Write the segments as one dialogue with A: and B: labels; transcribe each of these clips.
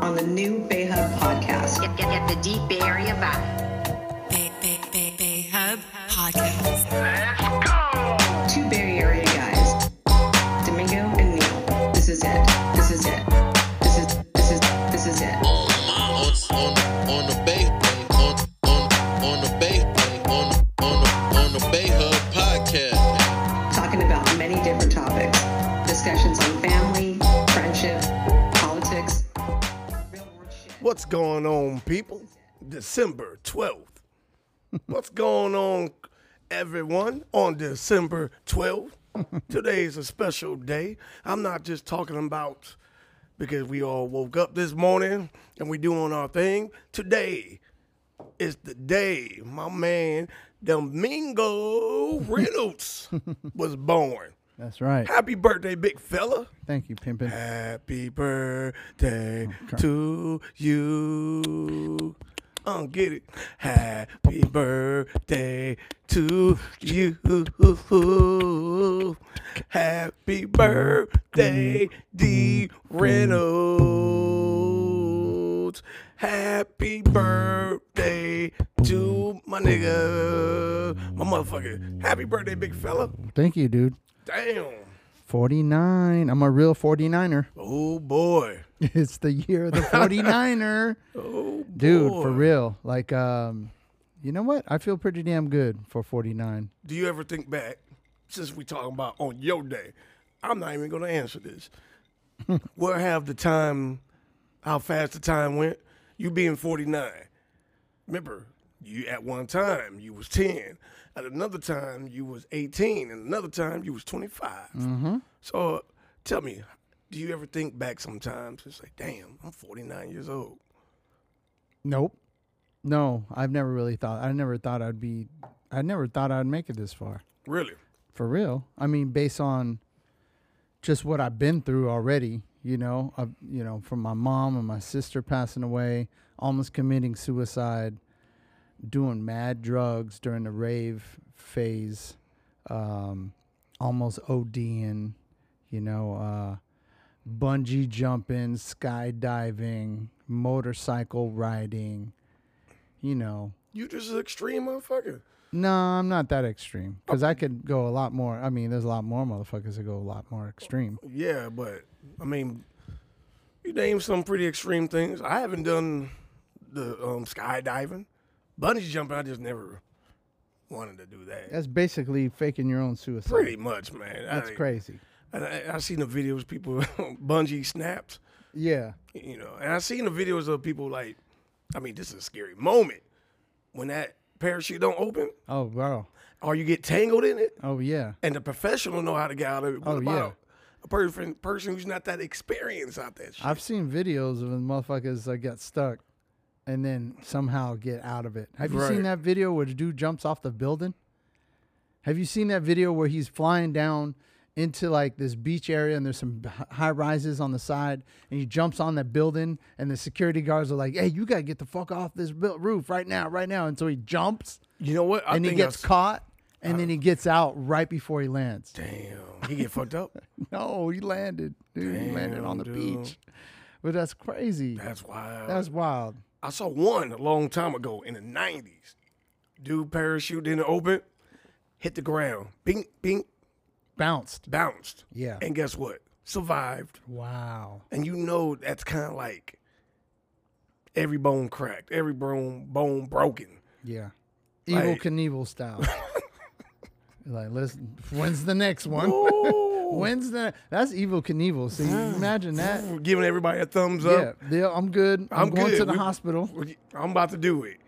A: on the new Bay Hub podcast.
B: Get, get, get the deep Bay Area vibe.
C: Bay, Bay, Bay, Bay Hub Podcast.
A: Two Bay Area guys, Domingo and Neil. This is it. This is it. This is this is this is it.
D: on my on on on the bay on on on the bay on on on the bay hub podcast.
A: Talking about many different topics, discussions on family, friendship, politics, real world shit.
E: What's going on, people? December 12th. What's going on, everyone, on December 12th? Today's a special day. I'm not just talking about because we all woke up this morning and we doing our thing. Today is the day my man Domingo Reynolds was born.
F: That's right.
E: Happy birthday, big fella.
F: Thank you, Pimpin.
E: Happy birthday to you. I don't get it. Happy birthday to you. Happy birthday, D. Reynolds. Happy birthday to my nigga. My motherfucker. Happy birthday, big fella.
F: Thank you, dude.
E: Damn.
F: 49. I'm a real 49er.
E: Oh, boy.
F: It's the year of the 49er.
E: Oh,
F: Dude,
E: boy.
F: for real. Like, um, you know what? I feel pretty damn good for 49.
E: Do you ever think back, since we talking about on your day, I'm not even gonna answer this. Where have the time, how fast the time went? You being 49. Remember, you at one time you was 10. At another time you was 18, and another time you was 25. So tell me, do you ever think back sometimes and say, "Damn, I'm 49 years old."
F: Nope. No, I've never really thought. I never thought I'd be. I never thought I'd make it this far.
E: Really?
F: For real. I mean, based on just what I've been through already, you know, I've, you know, from my mom and my sister passing away, almost committing suicide, doing mad drugs during the rave phase, um, almost ODing, you know, uh, bungee jumping, skydiving, motorcycle riding, you know,
E: You just an extreme motherfucker.
F: no, I'm not that extreme because I could go a lot more. I mean, there's a lot more motherfuckers that go a lot more extreme.
E: Yeah, but I mean, you named some pretty extreme things. I haven't done the um, skydiving, bungee jumping. I just never wanted to do that.
F: That's basically faking your own suicide.
E: pretty much, man.
F: That's
E: I,
F: crazy.
E: And I, I seen the videos people bungee snaps,
F: Yeah,
E: you know, and I seen the videos of people like, I mean, this is a scary moment when that parachute don't open
F: Oh, wow.
E: or you get tangled in it,
F: Oh, yeah.
E: and the professional know how to get out of it. What
F: Oh, yeah.
E: about a person person who's not that experienced out that shit?
F: I've seen videos of motherfuckers that get stuck and then somehow get out of it. Have you
E: Right.
F: seen that video where the dude jumps off the building? Have you seen that video where he's flying down into like this beach area and there's some h- high rises on the side and he jumps on that building and the security guards are like, "Hey, you got to get the fuck off this buil- roof right now, right now." And so he jumps
E: you know what? I
F: and he
E: think I
F: gets
E: s-
F: caught and then he gets out right before he lands.
E: Damn, he get fucked up.
F: No, he landed. Dude, he landed on the
E: Damn, dude.
F: beach. But that's crazy.
E: That's wild.
F: That's wild.
E: I saw one a long time ago in the '90s. Dude parachuted in the open, hit the ground, bing, bing,
F: Bounced.
E: bounced.
F: Yeah.
E: And guess what? Survived.
F: Wow.
E: And you know that's kind of like every bone cracked, every bone bone broken.
F: Yeah. Evil
E: Like-
F: Knievel style. like, let's, when's the next one?
E: Ooh.
F: when's the, that's Evil Knievel. See, imagine that.
E: Giving everybody a thumbs
F: Yeah,
E: up.
F: yeah, I'm good. I'm,
E: I'm
F: going to
E: good.
F: the
E: We-
F: hospital.
E: I'm about to do it.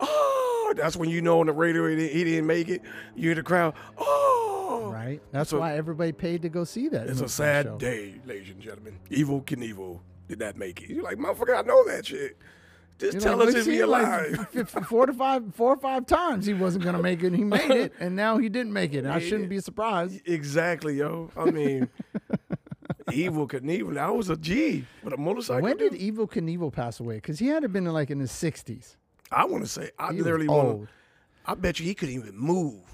E: Oh, that's when you know on the radio he didn't, he didn't make it. You hear the crowd. Oh,
F: Right? That's
E: So-
F: why everybody paid to go see that.
E: It's a
F: movie
E: sad
F: show.
E: day, ladies and gentlemen. Evil Knievel did not make it. You're like, motherfucker, I know that shit. Just
F: You're
E: tell
F: like,
E: us
F: "We've
E: if
F: seen
E: you're
F: it, like,
E: alive.
F: f- f- four to five, four or five times he wasn't gonna make it. and He made it, and now he didn't make it. I shouldn't be surprised.
E: exactly, yo. I mean, Evil Knievel, I was a G with a motorcycle.
F: When did
E: dude.
F: Evil Knievel pass away? Because he had to been like in his sixties.
E: I want to say, I
F: E- He was
E: literally
F: old.
E: want I bet you he couldn't even move.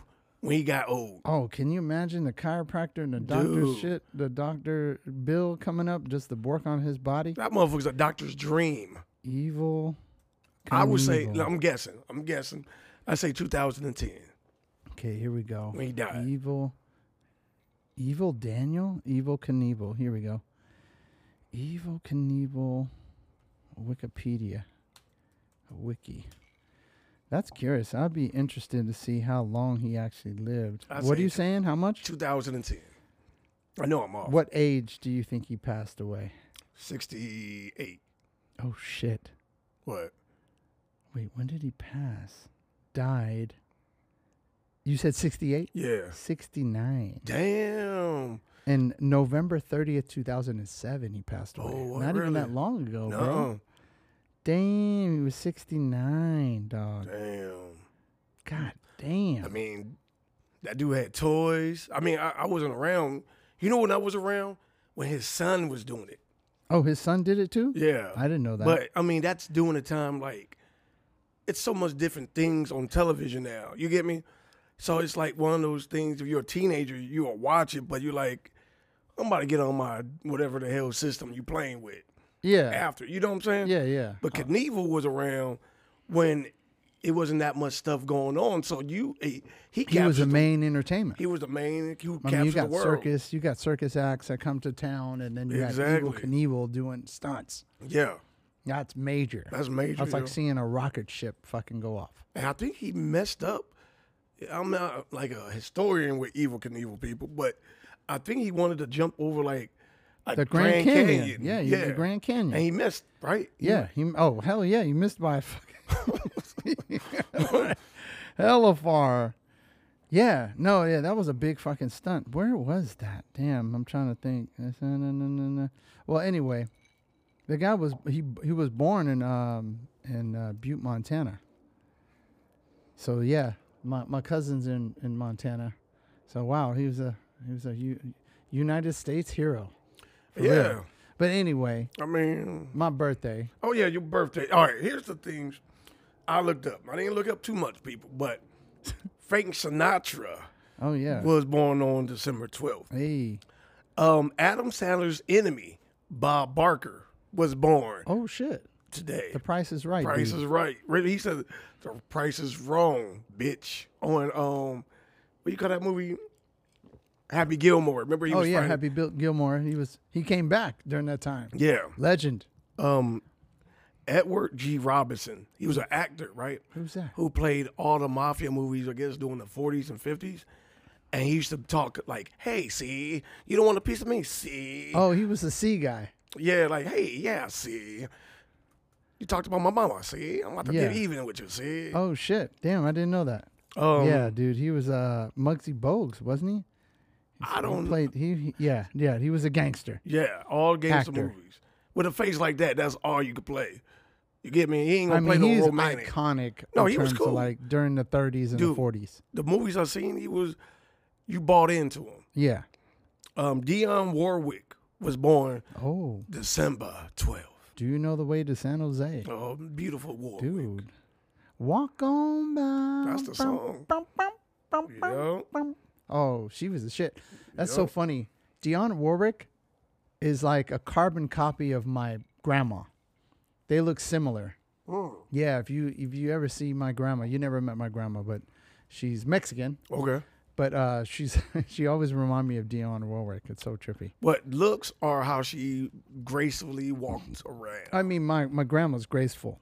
E: when he got old.
F: Oh, can you imagine the chiropractor and the doctor
E: Dude.
F: shit? The doctor bill coming up just to work on his body.
E: That motherfucker's a doctor's dream.
F: Evil.
E: I would say,
F: Knievel.
E: I'm guessing, I'm guessing, I say 2010.
F: Okay, here we go.
E: When he died.
F: Evil. Evil Daniel? Evil Knievel. Here we go. Evil Knievel Wikipedia. Wiki. That's curious. I'd be interested to see how long he actually lived.
E: I'd
F: what
E: say
F: are you
E: tw-
F: saying? How much?
E: 2010. I know I'm off.
F: What age do you think he passed away?
E: 68.
F: Oh, shit.
E: What?
F: Wait, when did he pass? Died. You said 68?
E: Yeah.
F: 69.
E: Damn.
F: And November 30th, 2007, he passed away.
E: Oh,
F: Not even that
E: really?
F: long ago, Oh, bro.
E: No.
F: Damn, he was 69, dog.
E: Damn.
F: God damn.
E: I mean, that dude had toys. I mean, I, I wasn't around. You know when I was around? When his son was doing it.
F: oh, his son did it too?
E: Yeah.
F: I didn't know that.
E: But I mean, that's doing a time like it's so much different things on television now. You get me? So it's like one of those things. If you're a teenager, you will watch it, but you're like, I'm about to get on my whatever the hell system you playing with
F: yeah.
E: after. You know what I'm saying?
F: Yeah, yeah. Uh,
E: But Knievel was around when it wasn't that much stuff going on. So you, he, he,
F: he was
E: captured
F: the
E: the-
F: main entertainment.
E: He was the main. He
F: I
E: captured
F: mean, you
E: the
F: got
E: world.
F: circus, you got circus acts that come to town, and then you got Evil
E: Exactly.
F: Knievel doing stunts.
E: Yeah,
F: That's major.
E: that's major.
F: That's like
E: yo.
F: seeing a rocket ship fucking go off.
E: And I think he messed up. I'm not like a historian with evil Knievel people, but I think he wanted to jump over like, like
F: The Grand Canyon. Yeah, you- the Grand Canyon.
E: And he missed, right? He-
F: Yeah. He, oh, hell yeah. You missed by a fucking. hella far. Yeah. No, yeah. That was a big fucking stunt. Where was that? Damn. I'm trying to think. Well, anyway, the guy was, he, he was born in, um, in uh, Butte, Montana. So, yeah. My, my cousin's in, in Montana. So, wow. He was a, he was a U- United States hero. For real.
E: Yeah.
F: But anyway,
E: I mean,
F: my birthday.
E: oh yeah, your birthday. All right, here's the things I looked up. I didn't look up too much, people, but Frank Sinatra
F: Oh yeah.
E: was born on December 12th.
F: hey.
E: Um, Adam Sandler's enemy, Bob Barker, was born
F: Oh shit.
E: today.
F: The price is right.
E: Price
F: dude.
E: is right. Really, he said the price is wrong, bitch. On um, what you call that movie? Happy Gilmore. Remember he
F: oh
E: was
F: yeah,
E: fighting-
F: Happy Bill Gilmore. He was he came back during that time.
E: Yeah.
F: Legend.
E: Um, Edward G. Robinson. He was an actor, right?
F: Who's that?
E: Who played all the mafia movies? I guess during the forties and fifties. And he used to talk like, "Hey, see, you don't want a piece of me, see?
F: Oh, he was the C guy.
E: Yeah, like, hey, yeah, see, you talked about my mama, see? I'm about to get
F: Yeah.
E: even with you, see?
F: Oh shit. Damn, I didn't know that.
E: um,
F: yeah, dude. He was uh Muggsy Bogues, wasn't he?
E: I
F: He
E: don't
F: played he, he yeah, yeah, he was a gangster.
E: Yeah, all gangster
F: Actor.
E: movies. With a face like that, that's all you could play. You get me? He ain't
F: I
E: gonna
F: mean,
E: play
F: he's
E: no romantic.
F: iconic
E: No,
F: in
E: he was
F: terms
E: cool.
F: of like during the 30s and the
E: Dude.
F: 40s.
E: The movies I seen, he was you bought into him.
F: Yeah.
E: Um, Dion Warwick was born
F: Oh,
E: December 12th.
F: do you know the way to San Jose?
E: Oh, beautiful Warwick.
F: Dude. Walk on by.
E: That's the song. You know?
F: Oh, she was the shit. That's so funny. Dionne Warwick is like a carbon copy of my grandma. They look similar. Yeah, if you if you ever see my grandma, you never met my grandma, but she's Mexican.
E: Okay.
F: But uh, she's she always remind me of Dionne Warwick. It's so trippy.
E: But looks are how she gracefully walks around.
F: I mean, my my grandma's graceful.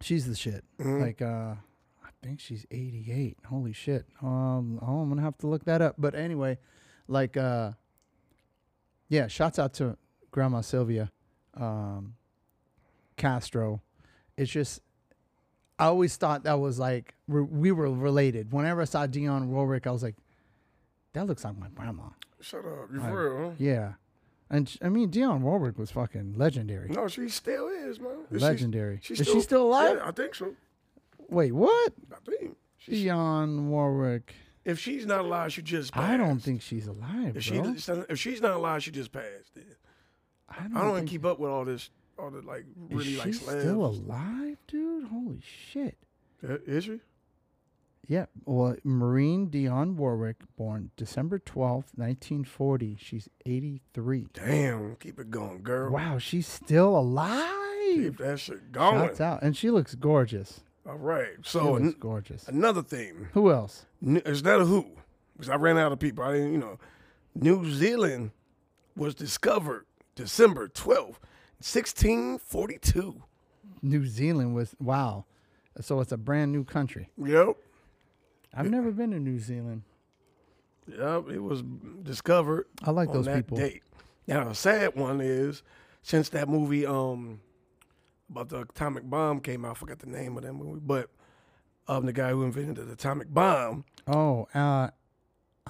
F: She's the shit. Like, uh, I think she's 88. Holy shit. Um, oh, I'm gonna have to look that up. But anyway, like, uh, yeah. Shouts out to Grandma Sylvia, um, Castro. It's just, I always thought that was like re- we were related. Whenever I saw Dion Warwick, I was like, that looks like my grandma.
E: Shut up. You for real? huh?
F: Yeah, and sh- I mean, Dion Warwick was fucking legendary.
E: No, she still is, man. Is she-
F: Legendary. Is she still alive?
E: Yeah, I think so.
F: Wait, what?
E: I think. She,
F: Dionne Warwick.
E: if she's not alive, she just passed.
F: I don't think she's alive, bro.
E: If she if she's not alive, she just passed. Then. I don't even keep up with all this, all the like
F: Is
E: really like
F: she
E: slams.
F: still alive, dude? Holy shit!
E: Uh, Is she?
F: Yeah, well, Marine Dionne Warwick, born December twelfth, nineteen forty. She's eighty-three.
E: Damn, keep it going, girl.
F: Wow, she's still alive.
E: Keep that shit going.
F: Shouts out, and she looks gorgeous.
E: All right.
F: She
E: So
F: looks
E: an-
F: gorgeous.
E: another thing.
F: Who else?
E: N- It's not a who, because I ran out of people. I didn't, you know. New Zealand was discovered December 12th, 1642.
F: New Zealand was wow. So it's a brand new country.
E: Yep.
F: I've never been to New Zealand.
E: Yep. It was discovered
F: I like
E: on
F: those
E: that
F: people.
E: date. Now, the sad one is since that movie um about the atomic bomb came out, I forgot the name of that movie, but um, the guy who invented the atomic bomb,
F: Oh, uh,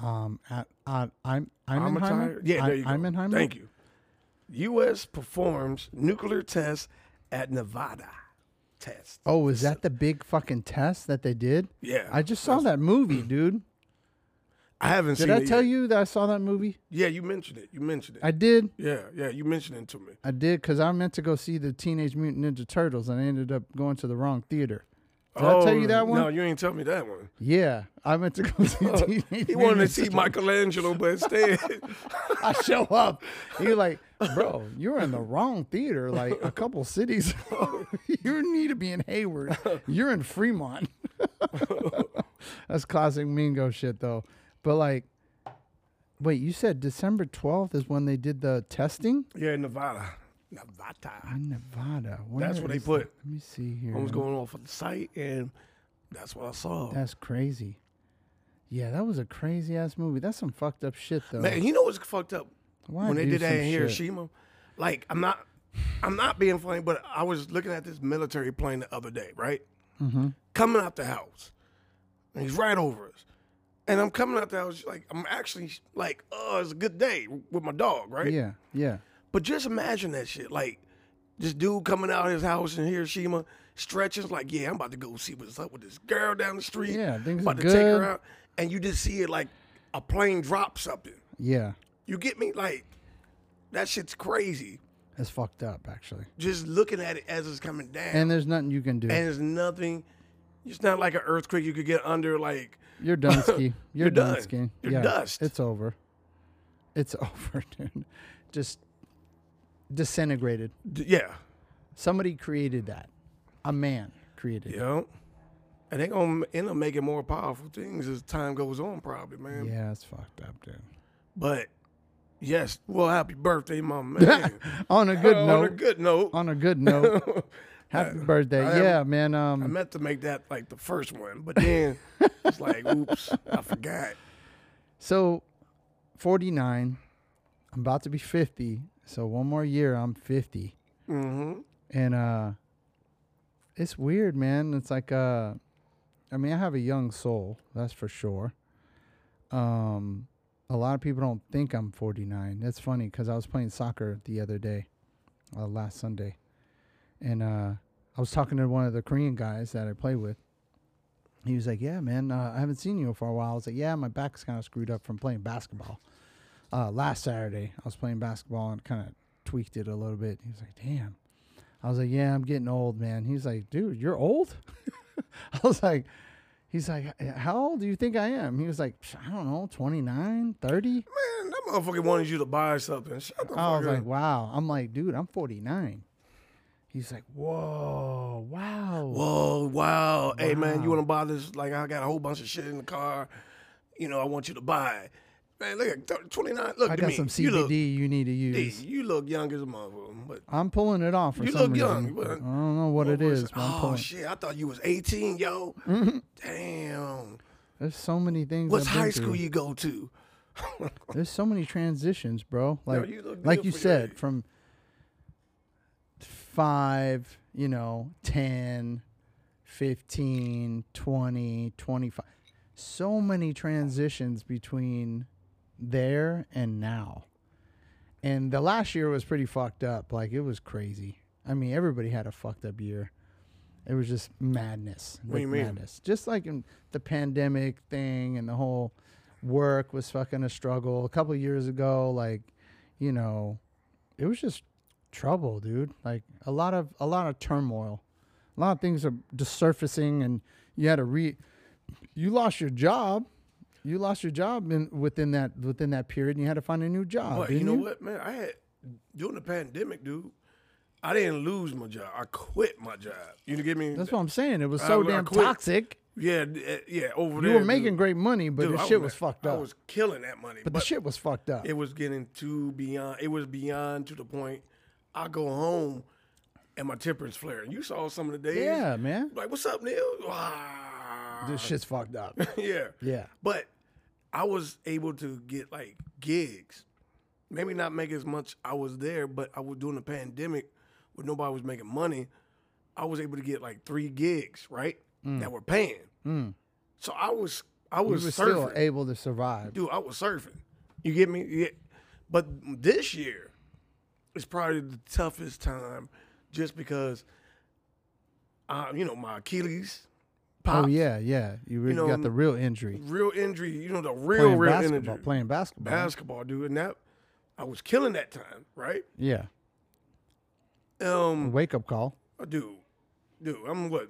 F: um, at, uh, I'm I'm
E: Oppenheimer- Yeah, there you go.
F: Eimenheimer.
E: Thank you. U.S. performs nuclear test at Nevada test.
F: Oh, is that the big fucking test that they did?
E: Yeah,
F: I just saw that movie, dude.
E: I haven't
F: Did
E: seen
F: I
E: it
F: tell
E: yet.
F: you that I saw that movie?
E: Yeah, you mentioned it. You mentioned it.
F: I did.
E: yeah, yeah, you mentioned it to me.
F: I did because I meant to go see the Teenage Mutant Ninja Turtles and I ended up going to the wrong theater. Did I tell you that one?
E: Oh, No, you ain't tell me that one.
F: Yeah, I meant to go see Teenage Mutant
E: He wanted to
F: Ninja
E: see
F: Turtles.
E: Michelangelo, but instead,
F: I show up. You're like, bro, you're in the wrong theater. Like a couple cities, you need to be in Hayward. You're in Fremont. That's classic Mingo shit, though. But like, wait, you said December twelfth is when they did the testing
E: yeah, in Nevada, Nevada.
F: in Uh, Nevada.
E: That's
F: Where
E: what they
F: is that?
E: put.
F: Let me see here.
E: I was going off of the site, and that's what I saw.
F: That's crazy. Yeah, that was a crazy ass movie. That's some fucked up shit, though.
E: Man, you know what's fucked up?
F: Why
E: when they
F: do
E: did that
F: some
E: in
F: shit?
E: Hiroshima, like I'm not, I'm not being funny, but I was looking at this military plane the other day, right?
F: Mm-hmm.
E: Coming out the house, and he's right over us, and I'm coming out the house like I'm actually like, oh, it's a good day with my dog, right?
F: Yeah, yeah.
E: But just imagine that shit, like this dude coming out of his house in Hiroshima, stretches like, yeah, I'm about to go see what's up with this girl down the street.
F: Yeah, things
E: about
F: are
E: to take
F: good.
E: her out, and you just see it like a plane drop something.
F: Yeah.
E: You get me? Like, that shit's crazy.
F: That's fucked up, actually.
E: Just looking at it as it's coming down.
F: And
E: And,
F: there's nothing you can do.
E: there's nothing, it's not like an earthquake you could get under, like,
F: You're done, ski. You're,
E: You're
F: done,
E: done.
F: ski.
E: You're
F: yeah,
E: dust.
F: It's over. It's over, dude. Just disintegrated.
E: d- yeah,
F: Somebody created that. A man created
E: you know? And they're going to end up making more powerful things as time goes on, probably,
F: it.
E: man.
F: Yeah, it's fucked up, dude.
E: But, yes, well, happy birthday, my man.
F: on a good
E: Uh,
F: note.
E: On a good note,
F: on a good note. Happy birthday.
E: I am-
F: yeah, man.
E: I
F: Um,
E: meant to make that like the first one, but then it's like, oops, I forgot.
F: so 49. I'm about to be 50. So one more year, I'm 50.
E: Mm-hmm.
F: and uh it's weird man it's like uh i mean i have a young soul that's for sure um a lot of people don't think i'm 49 that's funny because i was playing soccer the other day uh, last sunday and uh i was talking to one of the korean guys that i play with he was like yeah man uh, i haven't seen you for a while i was like yeah my back's kind of screwed up from playing basketball uh last saturday i was playing basketball and kind of tweaked it a little bit he was like damn I was like, "Yeah, I'm getting old, man." He's like, "Dude, you're old." I was like, "He's like, "H- how old do you think I am?" He was like, "Psh, "I don't know, 29, 30."
E: Man, that motherfucker wanted you to buy something. Shut the fuck
F: I was
E: up.
F: like, "Wow." I'm like, "Dude, I'm 49." He's like, "Whoa, wow."
E: Whoa, wow. Hey, man, you want to buy this? Like, I got a whole bunch of shit in the car. You know, I want you to buy it. Man, look at th- 29. Look
F: I
E: at
F: got
E: me.
F: some
E: You
F: CBD
E: look,
F: you, need to
E: hey,
F: use.
E: you look young as a motherfucker. But
F: I'm pulling it off for
E: You
F: some
E: look young,
F: reason.
E: but-
F: I don't know what it
E: What's-
F: is, but I'm
E: oh,
F: pulling.
E: shit. I thought you was 18, yo. Damn.
F: There's so many things.
E: What's
F: I've been
E: high school
F: through.
E: you go to?
F: There's so many transitions, bro. Like,
E: you look
F: like
E: good
F: you
E: for your
F: said,
E: age.
F: from five, you know, 10, 15, 20, 25. So many transitions between there and now. And the last year was pretty fucked up. Like, it was crazy. I mean, everybody had a fucked up year. It was just madness.
E: What do you
F: like
E: mean?
F: Madness. Just like in the pandemic thing and the whole work was fucking a struggle. A couple of years ago, like, you know, it was just trouble, dude. Like a lot of a lot of turmoil. A lot of things are just surfacing and you had to re you lost your job. You lost your job in, within that within that period, and you had to find a new job.
E: But you
F: didn't
E: know what, man? I had during the pandemic, dude. I didn't lose my job. I quit my job. You get me?
F: That's what I'm saying. It was
E: I-
F: so
E: Uh, I
F: damn
E: quit.
F: toxic.
E: Yeah, d- eh, yeah. Over
F: You
E: there,
F: were making
E: dude.
F: great money, but
E: Dude,
F: the
E: I
F: shit was fucked
E: I
F: up.
E: was killing that money,
F: but the shit was fucked up.
E: it was getting too beyond. It was beyond to the point. I go home, and my temperance flaring. You saw some of the days.
F: yeah, man.
E: Like, what's up, Neil? Ah.
F: This shit's fucked up.
E: yeah.
F: Yeah.
E: But I was able to get like gigs. Maybe not make as much I was there, but I was doing the pandemic when nobody was making money. I was able to get like three gigs, right? That were paying. So I was I
F: We
E: was
F: Mm. were
E: surfing.
F: still able to survive.
E: Dude, I was surfing. You get me? Yeah. But this year is probably the toughest time just because uh, you know, my Achilles popped.
F: Oh yeah, yeah. You really
E: know,
F: got the real injury.
E: real injury, you know, the real,
F: Playing
E: real
F: basketball.
E: injury.
F: Playing basketball.
E: basketball, dude. And that I was killing that time, right?
F: yeah.
E: Um
F: Wake up call.
E: dude, dude, I'm what?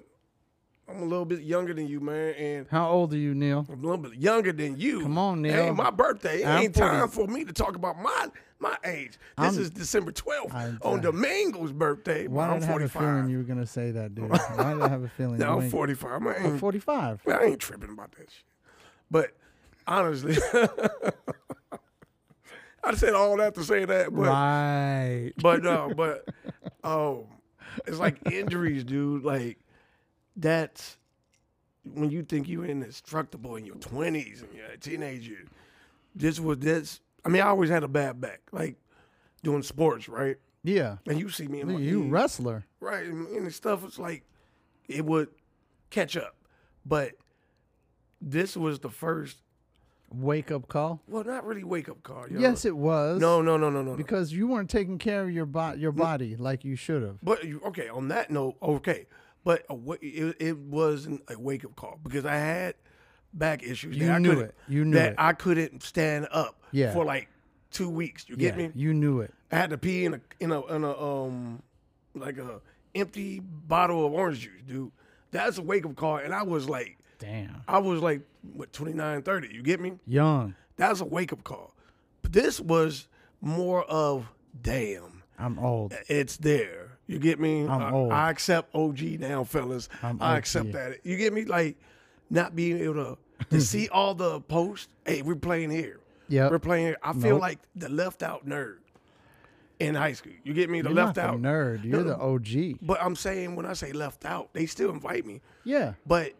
E: I'm a little bit younger than you, man, and
F: How old are you, Neil?
E: I'm a little bit younger than you.
F: Come on,
E: It
F: Neil.
E: ain't my birthday. It
F: I'm
E: ain't
F: 40.
E: time for me to talk about my my age. This
F: I'm-
E: is December 12th
F: I'm-
E: on
F: I-
E: Domingo's birthday.
F: Why
E: I'm
F: did I have a
E: 45.
F: feeling you were gonna say that, dude? Why did I have a feeling?
E: no,
F: you
E: I'm
F: ain't-
E: 45. I
F: I'm
E: ain't,
F: 45.
E: I ain't tripping about that shit. But honestly, I said all that to say that, but
F: Right.
E: but no, but um, it's like injuries, dude. Like that's when you think you're indestructible in your twenties and your teenage years. This was this. I mean, I always had a bad back, like doing sports, right?
F: Yeah.
E: And you see me in my
F: You
E: knees,
F: wrestler.
E: right? And, and the stuff was like it would catch up, but this was the first.
F: Wake up call.
E: Well, not really wake up call. Yo.
F: Yes, it was.
E: No, no, no, no, no. no.
F: because you weren't taking care of your bo- your body like you should have.
E: But you- okay, on that note, okay, but a, wa- it, it wasn't a wake up call because I had back issues.
F: You
E: that I
F: knew
E: couldn't-
F: it. You knew
E: that
F: it.
E: I couldn't stand up
F: Yeah.
E: for like two weeks. You get
F: Yeah,
E: me?
F: You knew it.
E: I had to pee in a in a in a um like a empty bottle of orange juice, dude. That's a wake up call, and I was like,
F: Damn.
E: I was like, what 29, 30, You get me?
F: Young.
E: That's a wake up call. But this was more of damn
F: I'm old.
E: it's there. You get me?
F: I'm
E: I,
F: old.
E: I accept OG now, fellas.
F: I'm
E: I
F: OG.
E: accept that. You get me? Like not being able to, to see all the posts. Hey, we're playing here.
F: Yep.
E: we're playing here. I feel
F: Nope.
E: like the left out nerd in high school. You get me? The
F: You're
E: left
F: not
E: out
F: the nerd. You're the OG.
E: But I'm saying when I say left out, they still invite me,
F: Yeah.
E: but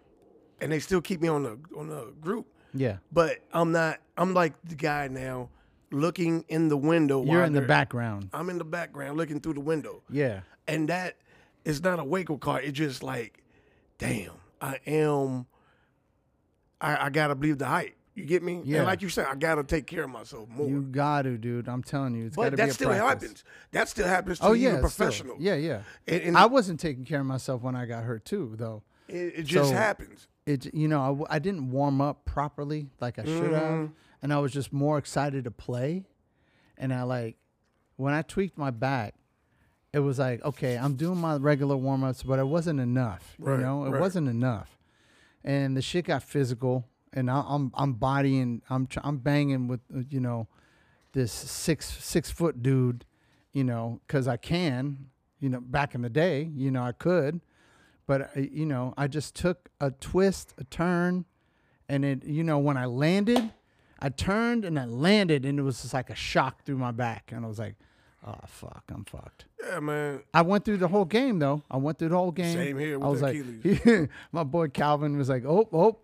E: and they still keep me on the on the group.
F: Yeah.
E: But I'm not. I'm like the guy now, looking in the window.
F: You're
E: while
F: in the
E: they're-
F: background.
E: I'm in the background, looking through the window
F: Yeah.
E: and that is not a wake up call. It's just like, damn, I am. I, I gotta believe the hype. You get me?
F: Yeah.
E: And like you said, I gotta take care of myself more.
F: You got to, dude. I'm telling you, it's got to
E: but
F: be a
E: that still
F: practice.
E: happens. That still happens to
F: Oh
E: even
F: yeah, it's still-
E: professionals.
F: Yeah, yeah.
E: And, and
F: I wasn't taking care of myself when I got hurt too, though.
E: it, it just
F: so-
E: happens.
F: It j- you know I w- I, didn't warm up properly like I should
E: Mm-hmm.
F: have, and I was just more excited to play, and I like when I tweaked my back, it was like okay I'm doing my regular warm ups, but it wasn't enough.
E: Right,
F: you know, it
E: right.
F: wasn't enough, and the shit got physical, and I, I'm I'm bodying I'm tr- I'm banging with uh, you know this six six foot dude, you know, because I can, you know, back in the day, you know, I could, but I, you know, I just took a twist, a turn, and it, you know, when I landed, I turned and I landed, and it was just like a shock through my back, and I was like, oh fuck, I'm fucked.
E: Yeah, man.
F: I went through the whole game though. I went through the whole game.
E: Same here with
F: I was
E: the
F: like, my boy Calvin was like, oh, oh,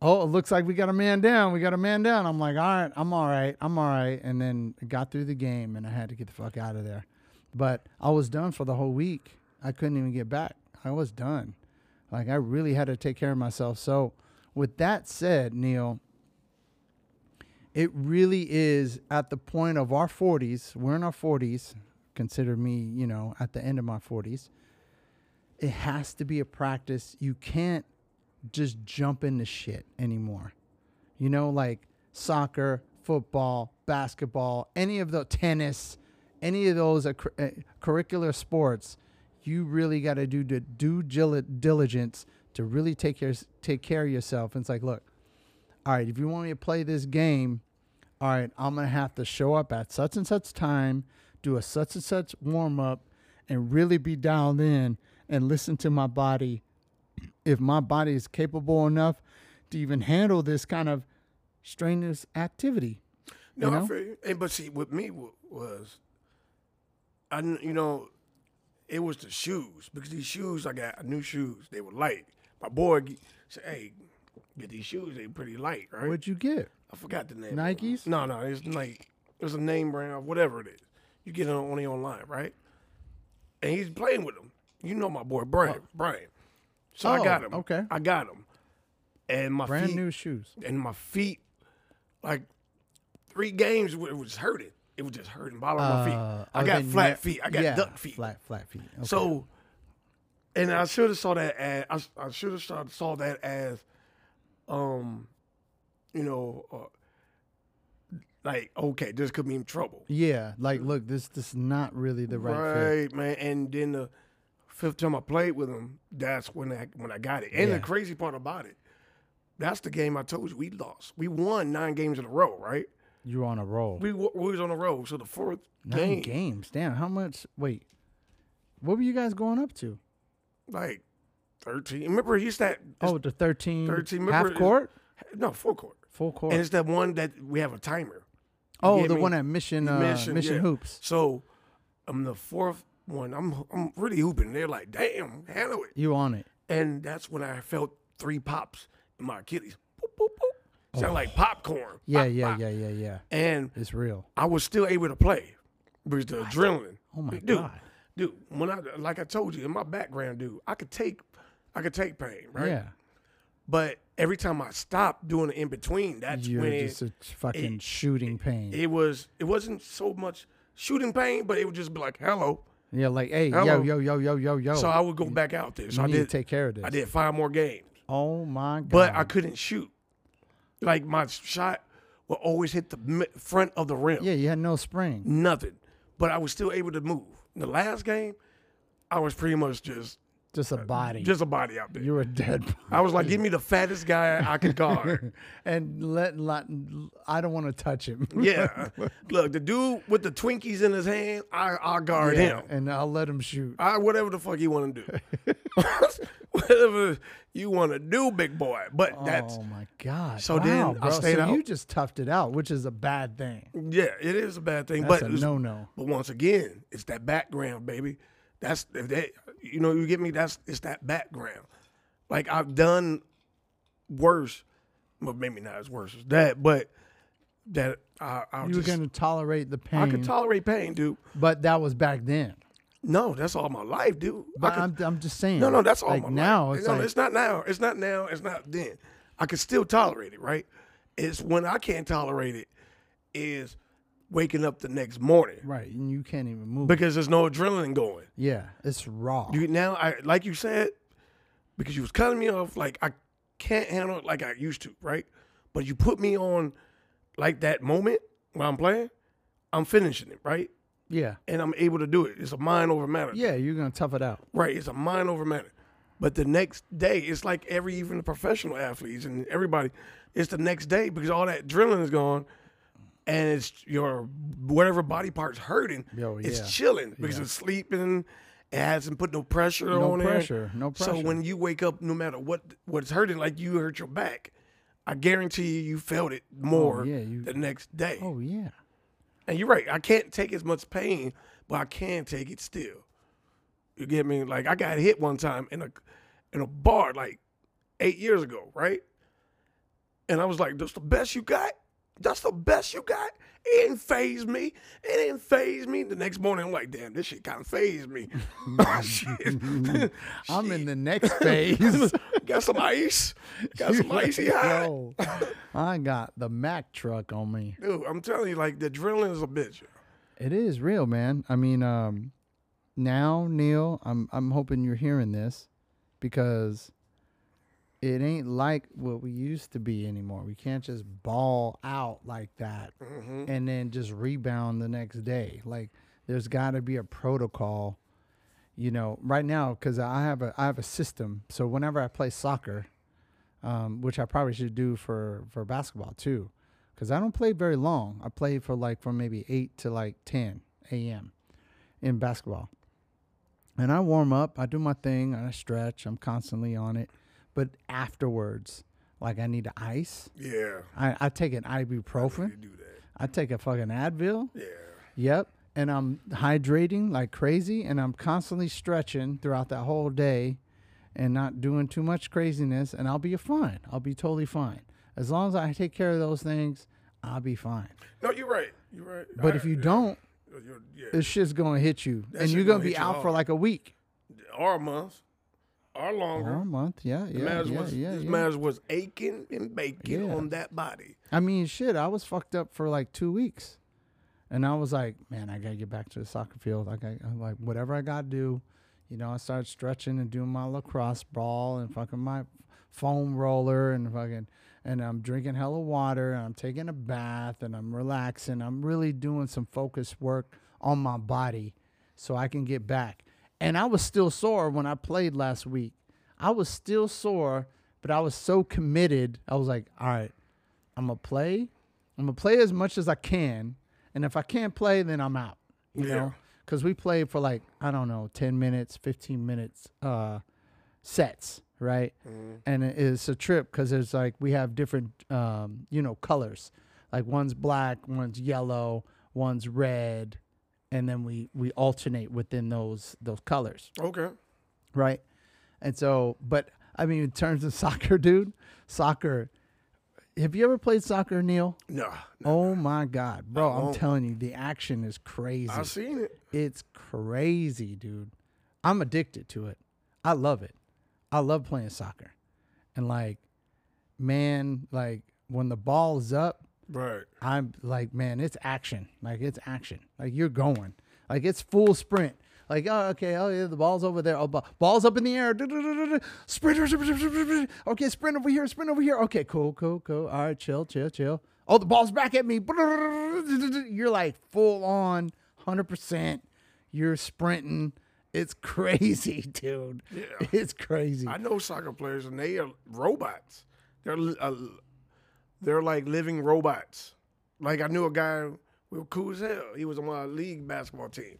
F: oh, it looks like we got a man down. We got a man down. I'm like, all right, I'm all right, I'm all right. And then I got through the game, and I had to get the fuck out of there. But I was done for the whole week. I couldn't even get back. I was done. Like I really had to take care of myself. So, with that said, Neil, it really is at the point of our 40s we're in our 40s consider me you know at the end of my 40s it has to be a practice you can't just jump into shit anymore you know like soccer football basketball any of the tennis any of those uh, cur- uh, curricular sports you really got to do the due gil- diligence to really take care take care of yourself. And it's like, look, all right, if you want me to play this game, all right, I'm gonna have to show up at such and such time, do a such and such warm up, and really be dialed in and listen to my body. If my body is capable enough to even handle this kind of strenuous activity.
E: No,
F: You know?
E: I feel you. And, but see, with me wa- was, I kn- you know, it was the shoes because these shoes I got new shoes. They were light. My boy g- said, "Hey, get these shoes. They pretty light, right?"
F: What'd you get?
E: I forgot the name.
F: Nikes?
E: No, no, it's like it's a name brand or whatever it is. You get it on only online, right? And he's playing with them. You know my boy Brian. Brian. So
F: Oh,
E: I got him.
F: okay.
E: I got him. And my
F: Brand
E: feet,
F: new shoes.
E: and my feet, like three games, it was hurting. It was just hurting. Bottom of my
F: Uh,
E: feet. I
F: are
E: got
F: they
E: flat
F: net-
E: feet. I got
F: yeah,
E: duck feet.
F: Flat, flat feet. Okay.
E: So, and I should have saw that as I, should have saw, saw that as, um, you know, uh, like okay, this could mean trouble,
F: yeah, like look, this this is not really the right, fit.
E: man? And then the fifth time I played with him, that's when I when I got it. And
F: Yeah.
E: the crazy part about it, that's the game I told you we lost. We won nine games in a row, right?
F: You're on a roll.
E: We wa- we was on the road, so the fourth
F: Nine
E: game,
F: games. Damn, how much? Wait, what were you guys going up to?
E: like thirteen. Remember, he's that
F: Oh, the 13,
E: 13, remember
F: half
E: it-
F: court,
E: no four court.
F: full court.
E: And it's that one that we have a timer.
F: oh,
E: get
F: the
E: me?
F: one at Mission uh, Mission,
E: yeah.
F: Hoops.
E: So I'm the fourth one. I'm I'm really hooping. They're like, damn, handle it.
F: You on it?
E: And that's when I felt three pops in my Achilles. Boop, boop, boop. Sound like popcorn.
F: Oh. Yeah,
E: Pop,
F: yeah,
E: pop.
F: yeah, yeah, yeah.
E: And
F: It's real.
E: I was still able to play because the adrenaline.
F: Oh my
E: dude,
F: God.
E: Dude, when I like I told you in my background, dude, I could take I could take pain, right?
F: Yeah,
E: But every time I stopped doing the in between, that's
F: you're
E: when it-
F: just a fucking shooting pain.
E: it was it wasn't so much shooting pain, but it would just be like hello.
F: yeah, like hey, yo,
E: Hello.
F: yo, yo, yo, yo, yo.
E: Oh. So I would go back out there. So
F: Oh, you
E: I
F: need
E: did
F: to take care of this.
E: I did five more games,
F: Oh my god.
E: but I couldn't shoot. Like my shot would always hit the mi- front of the rim.
F: yeah, you had no spring.
E: Nothing. But I was still able to move. The last game, I was pretty much just
F: Just a body.
E: just a body out there.
F: you were dead.
E: I was like, give me the fattest guy I could guard.
F: and let, let I don't want to touch him.
E: yeah. Look, the dude with the Twinkies in his hand, I I guard him.
F: And I'll let him shoot.
E: I whatever the fuck you want to do, whatever you want to do, big boy. But that's
F: oh my god.
E: So
F: wow,
E: then I
F: bro.
E: stayed
F: so
E: out.
F: you just toughed it out, which is a bad thing.
E: yeah, it is a bad thing.
F: That's
E: but
F: a
E: it's-
F: no-no.
E: But once again, it's that background, baby. That's if that you know you get me. That's it's that background. Like I've done worse, well maybe not as worse as that, but that I I
F: You
E: just
F: were gonna tolerate the pain.
E: I could tolerate pain, dude.
F: but that was back then.
E: No, that's all my life, dude. I
F: But
E: could-
F: I'm, I'm just saying.
E: No, no, that's all
F: like
E: my
F: now.
E: life.
F: It's
E: no,
F: like
E: it's not now. It's not now. It's not then. I can still tolerate it, right? It's when I can't tolerate it is waking up the next morning
F: right, and you can't even move.
E: because there's no adrenaline going.
F: yeah, it's raw.
E: You now, I like you said, because you was cutting me off. Like I can't handle it like I used to, right? But you put me on like that moment when I'm playing, I'm finishing it, right?
F: yeah,
E: And I'm able to do it. It's a mind over matter.
F: yeah, you're gonna tough it out.
E: Right, it's a mind over matter. But the next day, it's like every even the professional athletes and everybody, it's the next day because all that drilling is gone, and it's your whatever body part's hurting.
F: Yo, yeah.
E: It's chilling because it's sleeping. It hasn't put no pressure
F: No
E: on
F: pressure,
E: it.
F: no
E: So
F: pressure.
E: when you wake up, no matter what what's hurting, like you hurt your back, I guarantee you, you felt it more
F: Oh, yeah, you-
E: the next day.
F: Oh yeah,
E: And you're right. I can't take as much pain, but I can take it still. You get me? Like I got hit one time in a in a bar like eight years ago, right? And I was like, "That's the best you got. That's the best you got." It didn't phase me. It didn't phase me. The next morning, I'm like, "Damn, this shit kind of phased me." Oh, Shit.
F: I'm in the next phase.
E: got some ice. Got some icy high.
F: Yo, I got the Mack truck on me.
E: Dude, I'm telling you, like the adrenaline is a bitch.
F: It is real, man. I mean, um, now Neil, I'm I'm hoping you're hearing this because it ain't like what we used to be anymore. We can't just ball out like that and then just rebound the next day. Like there's got to be a protocol, you know, right now because I have a I have a system. So whenever I play soccer, um, which I probably should do for for basketball too, because I don't play very long. I play for like from maybe eight to like ten a.m. in basketball, and I warm up. I do my thing. I stretch. I'm constantly on it, but afterwards, like I need to ice.
E: Yeah.
F: I, I take an ibuprofen.
E: Do that.
F: I take a fucking Advil.
E: Yeah.
F: Yep. And I'm hydrating like crazy and I'm constantly stretching throughout that whole day and not doing too much craziness and I'll be fine. I'll be totally fine. As long as I take care of those things, I'll be fine.
E: No, you're right. You're right.
F: But
E: I-
F: if you
E: yeah.
F: don't,
E: You're- yeah.
F: this shit's gonna hit you.
E: shit
F: and you're gonna,
E: gonna
F: be
E: hit you
F: out for
E: hard.
F: like a week
E: or a month or
F: or a
E: longer.
F: month. Yeah, yeah.
E: Uh-huh. The matters
F: yeah,
E: was,
F: yeah,
E: this
F: yeah.
E: matters was aching and baking
F: Yeah.
E: on that body.
F: I mean, shit, I was fucked up for like two weeks. And I was like, man, I got to get back to the soccer field. Like, I, I'm like whatever I got to do. You know, I started stretching and doing my lacrosse ball and fucking my foam roller and fucking, and I'm drinking hella water and I'm taking a bath and I'm relaxing. I'm really doing some focused work on my body so I can get back. And I was still sore when I played last week. I was still sore, but I was so committed. I was like, all right, I'm gonna play. I'm gonna play as much as I can, and if I can't play, then I'm out. You
E: Yeah.
F: know, because we played for like I don't know, ten minutes, fifteen minutes, uh, sets, right? And it- it's a trip because it's like we have different, um, you know, colors. Like one's black, one's yellow, one's red, and then we we alternate within those those colors
E: Okay.
F: right? And so, but I mean, in terms of soccer, dude, soccer. Have you ever played soccer, Neil?
E: Nah.
F: Oh my God, bro! I'm
E: won't.
F: telling you, the action is crazy.
E: I seen it.
F: It's crazy, dude. I'm addicted to it. I love it. I love playing soccer, and like, man, like when the ball's up,
E: Right.
F: I'm like, man, it's action. Like it's action. Like you're going. Like it's full sprint. Like oh okay oh yeah the ball's over there oh ba- ball's up in the air Du-du-du-du-du. sprinter sprint, sprint, sprint, sprint. okay sprint over here sprint over here okay cool cool cool all right chill chill chill oh the ball's back at me you're like full on hundred percent you're sprinting it's crazy dude
E: Yeah.
F: it's crazy
E: I know soccer players, and they are robots. They're li- uh, they're like living robots. Like I knew a guy we were cool as hell. He was on my league basketball team,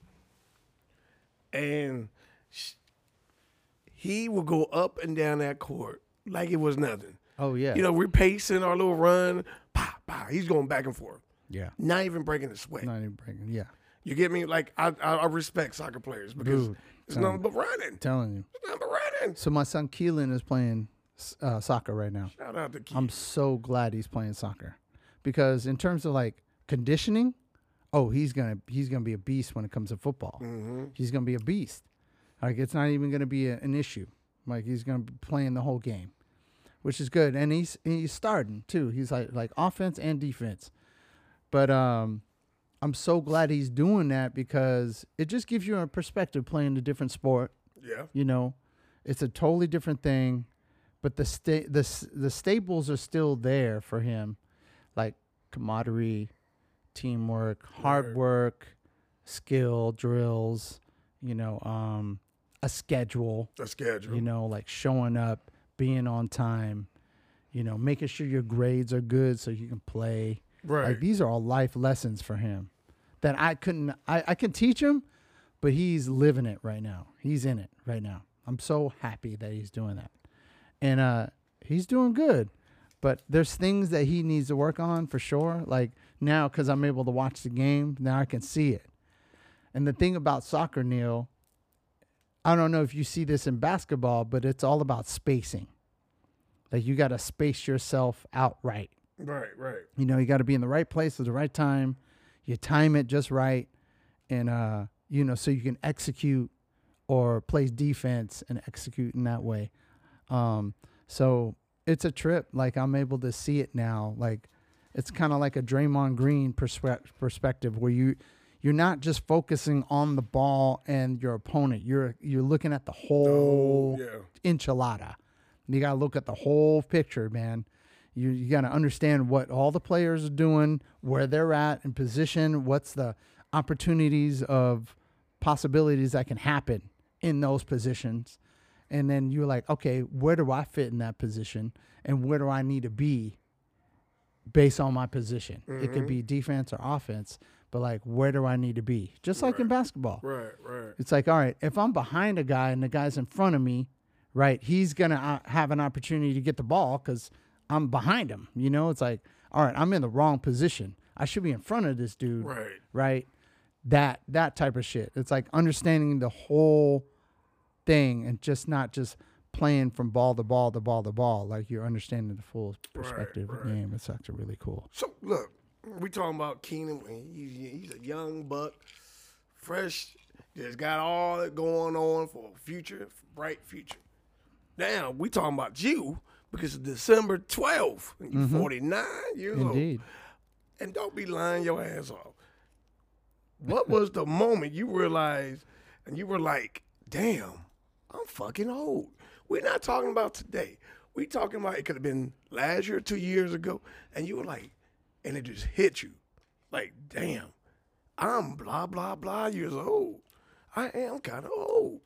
E: and sh- he would go up and down that court like it was nothing.
F: oh yeah
E: You know, we're pacing our little run. Pow, pow. He's going back and forth,
F: yeah
E: not even breaking a sweat.
F: not even breaking yeah
E: You get me? Like I, I, I respect soccer players because
F: Dude,
E: it's nothing but running.
F: telling you
E: It's nothing but running.
F: so my son Keelan is playing s- uh, soccer right now.
E: Shout out to Keith.
F: I'm so glad he's playing soccer because in terms of like conditioning, oh, he's gonna he's gonna be a beast when it comes to football. He's gonna be a beast. Like it's not even gonna be a- an issue. Like he's gonna be playing the whole game, which is good. And he's he's starting too. He's like like offense and defense. But um, I'm so glad he's doing that because it just gives you a perspective playing a different sport
E: yeah.
F: you know it's a totally different thing but the sta- the s- the staples are still there for him like camaraderie teamwork hard work skill drills you know um a schedule
E: The schedule.
F: you know like showing up being on time you know making sure your grades are good so you can play
E: Right.
F: like these are all life lessons for him that I couldn't I, I can teach him, but he's living it right now. He's in it right now. I'm so happy that he's doing that. And uh he's doing good. But there's things that he needs to work on for sure. Like now cuz I'm able to watch the game, now I can see it. And the thing about soccer, Neil, I don't know if you see this in basketball, but it's all about spacing. Like you got to space yourself out right.
E: Right, right.
F: you know you got to be in the right place at the right time you time it just right and uh you know so you can execute or play defense and execute in that way um so it's a trip like i'm able to see it now like it's kind of like a Draymond Green perspe- perspective where you you're not just focusing on the ball and your opponent you're you're looking at the whole
E: yeah.
F: enchilada. You got to look at the whole picture, man. You, you got to understand what all the players are doing, where they're at in position, what's the opportunities of possibilities that can happen in those positions. And then you're like, okay, where do I fit in that position? And where do I need to be based on my position? It
E: Mm-hmm.
F: could be defense or offense, but like, where do I need to be? Just like in basketball.
E: Right, right.
F: It's like, all right, if I'm behind a guy and the guy's in front of me, right, he's going to uh, have an opportunity to get the ball because I'm behind him. You know, it's like, all right, I'm in the wrong position. I should be in front of this dude.
E: Right.
F: Right. That that type of shit. It's like understanding the whole thing and just not just playing from ball to ball to ball to ball. Like you're understanding the full perspective of the game. It's actually really cool.
E: So look, we talking about Keenan. He's, he's a young buck, fresh, just got all that going on for a future, for a bright future. Now we talking about you because it's December twelfth, and you're nine years old.
F: Mm-hmm. Indeed.
E: And don't be lying your ass off. What was the moment you realized and you were like, damn, I'm fucking old. We're not talking about today. We talking about it could have been last year, two years ago, and you were like, and it just hit you. Like, damn, I'm blah, blah, blah years old. I am kind of old.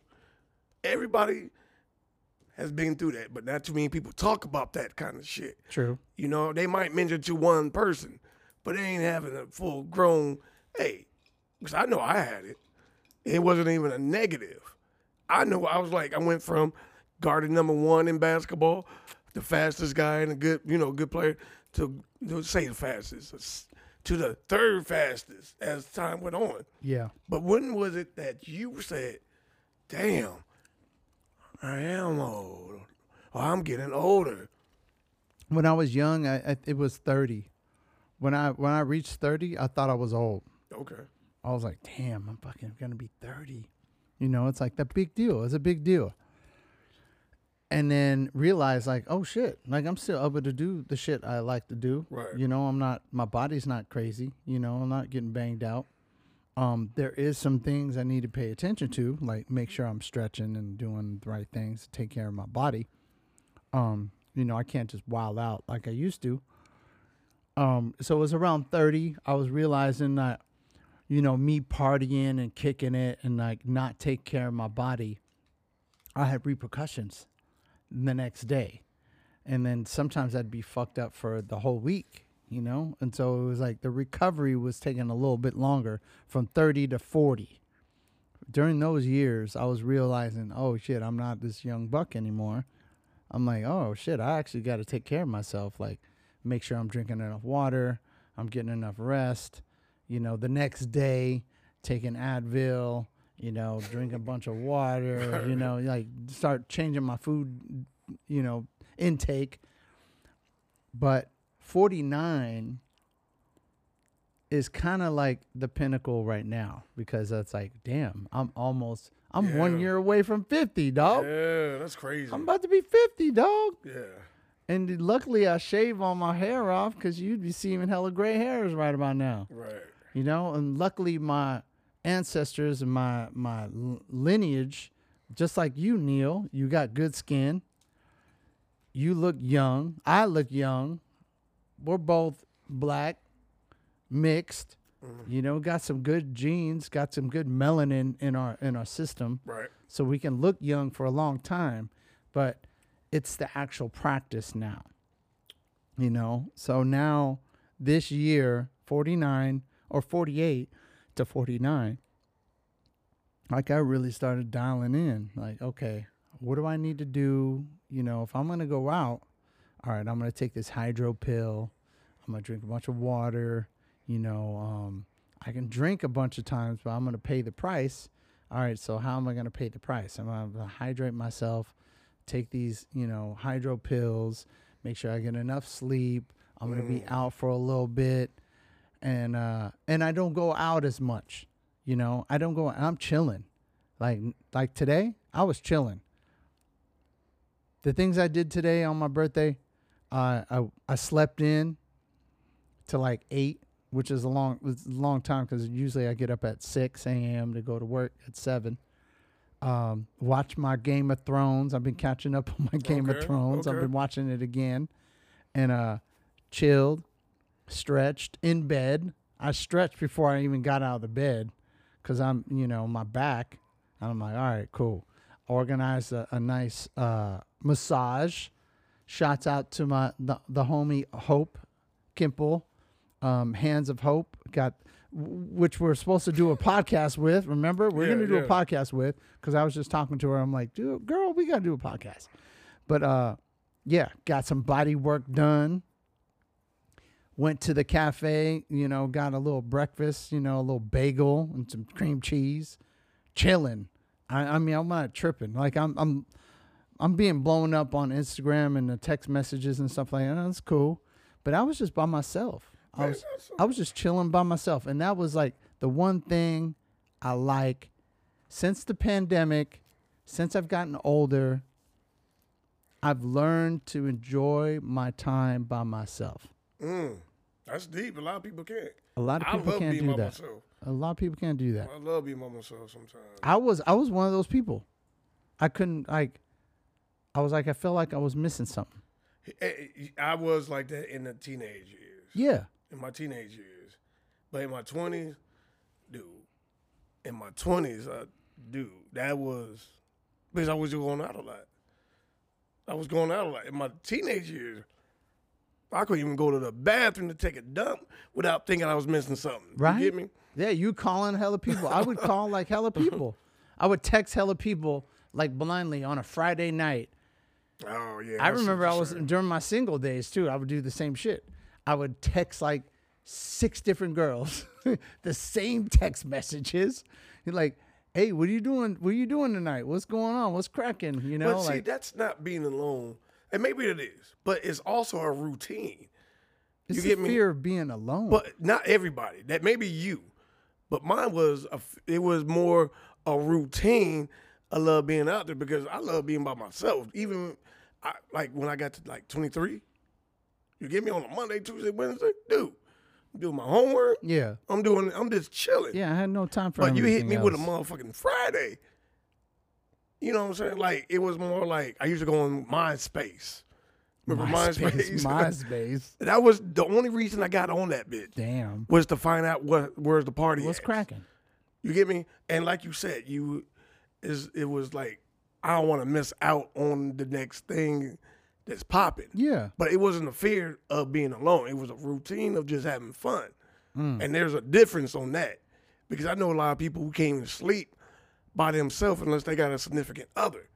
E: Everybody has been through that, but not too many people talk about that kind of shit.
F: True.
E: You know, they might mention to one person, but they ain't having a full grown, hey, because I know I had it. It wasn't even a negative. I know I was like, I went from guarding number one in basketball, the fastest guy and a good, you know, good player, to, to say the fastest, to the third fastest as time went on.
F: Yeah.
E: But when was it that you said, damn, I am old, or I'm getting older?
F: when I was young, I, I it was thirty. When I when I reached thirty, I thought I was old.
E: Okay.
F: I was like, damn, I'm fucking gonna be thirty. You know, it's like that big deal. It's a big deal. And then realize like, oh shit, like I'm still able to do the shit I like to do.
E: Right.
F: You know, I'm not my body's not crazy. You know, I'm not getting banged out. Um, there is some things I need to pay attention to, like make sure I'm stretching and doing the right things to take care of my body. Um, you know, I can't just wild out like I used to. Um, so it was around 30. I was realizing that, you know, me partying and kicking it and like not take care of my body, I had repercussions the next day. And then sometimes I'd be fucked up for the whole week, you know? And so it was like the recovery was taking a little bit longer from 30 to 40. During those years, I was realizing, oh shit, I'm not this young buck anymore. I'm like, oh shit, I actually got to take care of myself. Like, make sure I'm drinking enough water, I'm getting enough rest. You know, the next day, taking Advil. You know, drink a bunch of water. You know, like start changing my food. You know, intake. But 49 is kind of like the pinnacle right now because that's like, damn, I'm almost, I'm one year away from 50, dog.
E: Yeah, that's crazy.
F: Oh. I'm about to be 50, dog.
E: yeah.
F: And luckily, I shave all my hair off because you'd be seeing hella gray hairs right about now.
E: Right.
F: You know, and luckily, my ancestors and my my l- lineage, just like you, Neil, you got good skin. You look young. I look young. We're both black, mixed. You know, got some good genes, got some good melanin in our in our system
E: Right.
F: so we can look young for a long time, but it's the actual practice now. You know, so now this year, 49 or 48 to 49, like I really started dialing in. Like, okay, what do I need to do? You know, if I'm going to go out, all right, I'm going to take this hydro pill. I'm going to drink a bunch of water. You know, um, I can drink a bunch of times, but I'm going to pay the price. All right, so how am I going to pay the price? I'm going to hydrate myself, take these, you know, hydro pills, make sure I get enough sleep. I'm going to be out for a little bit and uh and I don't go out as much. You know, I don't go. I'm chilling. Like like today, I was chilling. The things I did today on my birthday, uh, I I slept in to like eight, which is a long was a long time because usually I get up at six a.m. to go to work at seven. Um, watch my Game of Thrones. I've been catching up on my Game of
E: Okay,
F: Thrones. I've
E: okay.
F: been watching it again, and uh, chilled stretched in bed. I stretched before I even got out of the bed because I'm, you know, my back. And I'm like, all right, cool. organized a, a nice uh, massage. Shouts out to my the, the homie Hope Kimple, um, Hands of Hope got, which we're supposed to do a podcast with. Remember, we're
E: Yeah,
F: gonna do
E: yeah.
F: a podcast with because I was just talking to her. I'm like, dude, girl, we gotta do a podcast. But uh, yeah, got some body work done. Went to the cafe, you know, got a little breakfast, you know, a little bagel and some cream cheese, chilling. I, I mean, I'm not tripping. Like I'm, I'm, I'm being blown up on Instagram and the text messages and stuff like that. That's cool, but I was just by myself. I was, I was just chilling by myself, and that was like the one thing I like since the pandemic, since I've gotten older, I've learned to enjoy my time by myself.
E: That's deep. A lot of people can't.
F: A lot of
E: I
F: people
E: love
F: can't
E: being
F: do
E: by
F: that.
E: myself.
F: A lot of people can't do that.
E: I love being by myself sometimes.
F: I was I was one of those people. I couldn't like I was like I felt like I was missing something.
E: Eh, eh, I was like that in the teenage years,
F: Yeah.
E: in my teenage years, but in my twenties, dude, in my twenties, I dude, that was because I was going out a lot. I was going out a lot in my teenage years. I couldn't even go to the bathroom to take a dump without thinking I was missing something.
F: Right?
E: You get me?
F: Yeah, you calling hella people. I would call like hella people. I would text hella people like blindly on a Friday night.
E: Oh yeah.
F: I
E: see
F: remember
E: what
F: I
E: you're
F: was
E: saying.
F: during my single days too. I would do the same shit. I would text like six different girls, the same text messages. You're like, "Hey, what are you doing? What are you doing tonight? What's going on? What's cracking?" You know,
E: But see,
F: like
E: that's not being alone, and maybe it is, but it's also a routine.
F: it's
E: you
F: the
E: get me?
F: fear of being alone.
E: but not everybody. That may be you, but mine was a, f- it was more a routine. I love being out there because I love being by myself. Even I, like when I got to like 23, you get me on a Monday, Tuesday, Wednesday, dude. I'm doing my homework.
F: yeah,
E: I'm doing. I'm just chilling.
F: yeah, I had no time for.
E: But you hit
F: everything
E: me with a
F: else.
E: motherfucking Friday. You know what I'm saying? Like it was more like I used to go on MySpace. Remember MySpace?
F: MySpace, MySpace.
E: that was the only reason I got on that bitch
F: Damn,
E: was to find out what where's the party.
F: what's
E: at.
F: cracking?
E: You get me? And like you said, you is it was like I don't want to miss out on the next thing that's popping.
F: Yeah,
E: But it wasn't a fear of being alone. It was a routine of just having fun. And there's a difference on that because I know a lot of people who can't even sleep by themselves unless they got a significant other.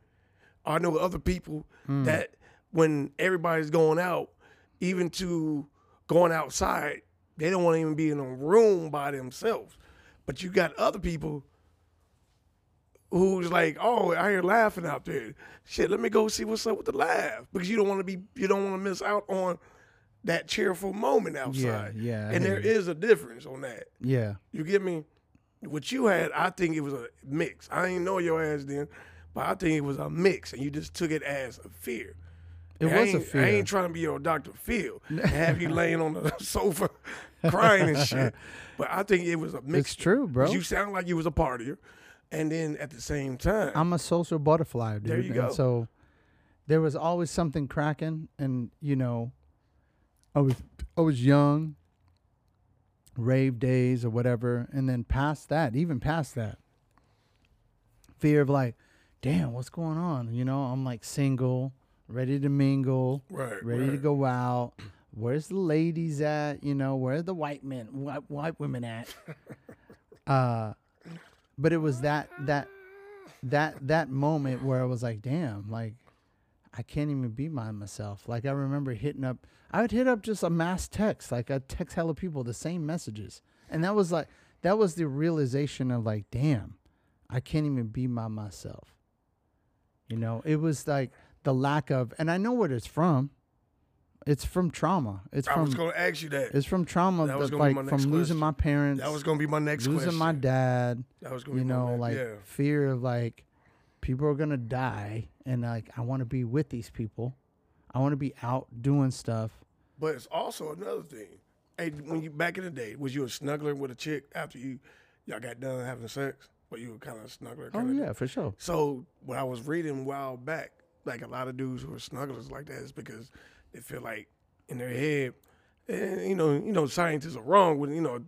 E: I know other people
F: Hmm.
E: that when everybody's going out, even to going outside, they don't want to even be in a room by themselves. But you got other people who's like, oh, I hear laughing out there. Shit, let me go see what's up with the laugh because you don't want to be, you don't want to miss out on that cheerful moment outside.
F: yeah, I
E: and there
F: hear
E: is a difference on that.
F: yeah,
E: You get me? What you had, I think it was a mix. I didn't know your ass then, but I think it was a mix, and you just took it as a fear.
F: it
E: I
F: was a
E: ain't-
F: fear.
E: I ain't trying to be your Dr. Phil and have you laying on the sofa crying and shit. But I think it was a mix.
F: true, bro.
E: You sound like you was a partier, and then at the same time,
F: I'm a social butterfly, dude.
E: There you
F: and
E: go.
F: So there was always something cracking, and you know, I was I was young, rave days or whatever, and then past that, even past that, fear of like, damn, what's going on? You know, I'm like single, ready to mingle,
E: Right,
F: ready to
E: right.
F: go out. Where's the ladies at? You know, where are the white men, white, white women at? but it was that that that that moment where I was like, damn, like I can't even be by myself. Like I remember hitting up, I would hit up just a mass text, like I text hella people the same messages, and that was like that was the realization of like, damn, I can't even be by myself. You know, it was like the lack of, and I know what it's from. It's from trauma. It's
E: I was
F: from
E: going to ask you that.
F: it's from trauma
E: That was
F: that,
E: gonna be
F: like
E: my
F: from
E: next
F: losing
E: question.
F: my parents
E: that was going to be my next
F: losing
E: question.
F: my dad.
E: That was gonna
F: you
E: be my
F: know,
E: next-
F: like
E: yeah.
F: fear of like people are gonna die, and like I want to be with these people. I want to be out doing stuff.
E: But it's also another thing. Hey, when you back in the day, was you a snuggler with a chick after you y'all got done having sex? Or you were kind of a snuggler?
F: Oh
E: kinda-
F: yeah, for sure.
E: So what I was reading a while back, like a lot of dudes who are snugglers like that is because they feel like in their head, and you know, you know, scientists are wrong with you know,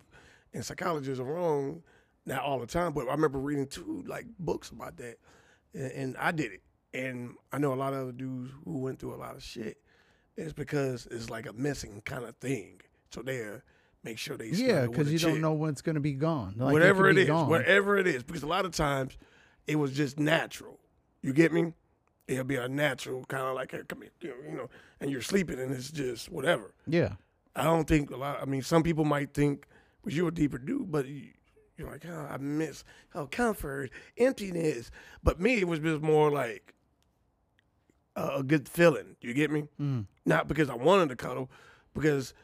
E: and psychologists are wrong, not all the time. But I remember reading two like books about that, and, and I did it. And I know a lot of other dudes who went through a lot of shit. It's because it's like a missing kind of thing. So they uh, make sure they snuggle
F: Yeah,
E: with
F: because
E: a
F: you don't
E: chick.
F: know when's going to be gone. Like,
E: whatever it
F: could be
E: is, e
F: gone.
E: whatever it is, because a lot of times it was just natural. You get me? It'll be a natural kind of like, hey, come here, you know, you know, and you're sleeping and it's just whatever.
F: Yeah.
E: I don't think a lot. I mean, some people might think, "Was you a deeper dude?" But you, you're like, "Oh, I miss oh comfort, emptiness." But me, it was just more like a, a good feeling. You get me? Mm. Not because I wanted to cuddle, because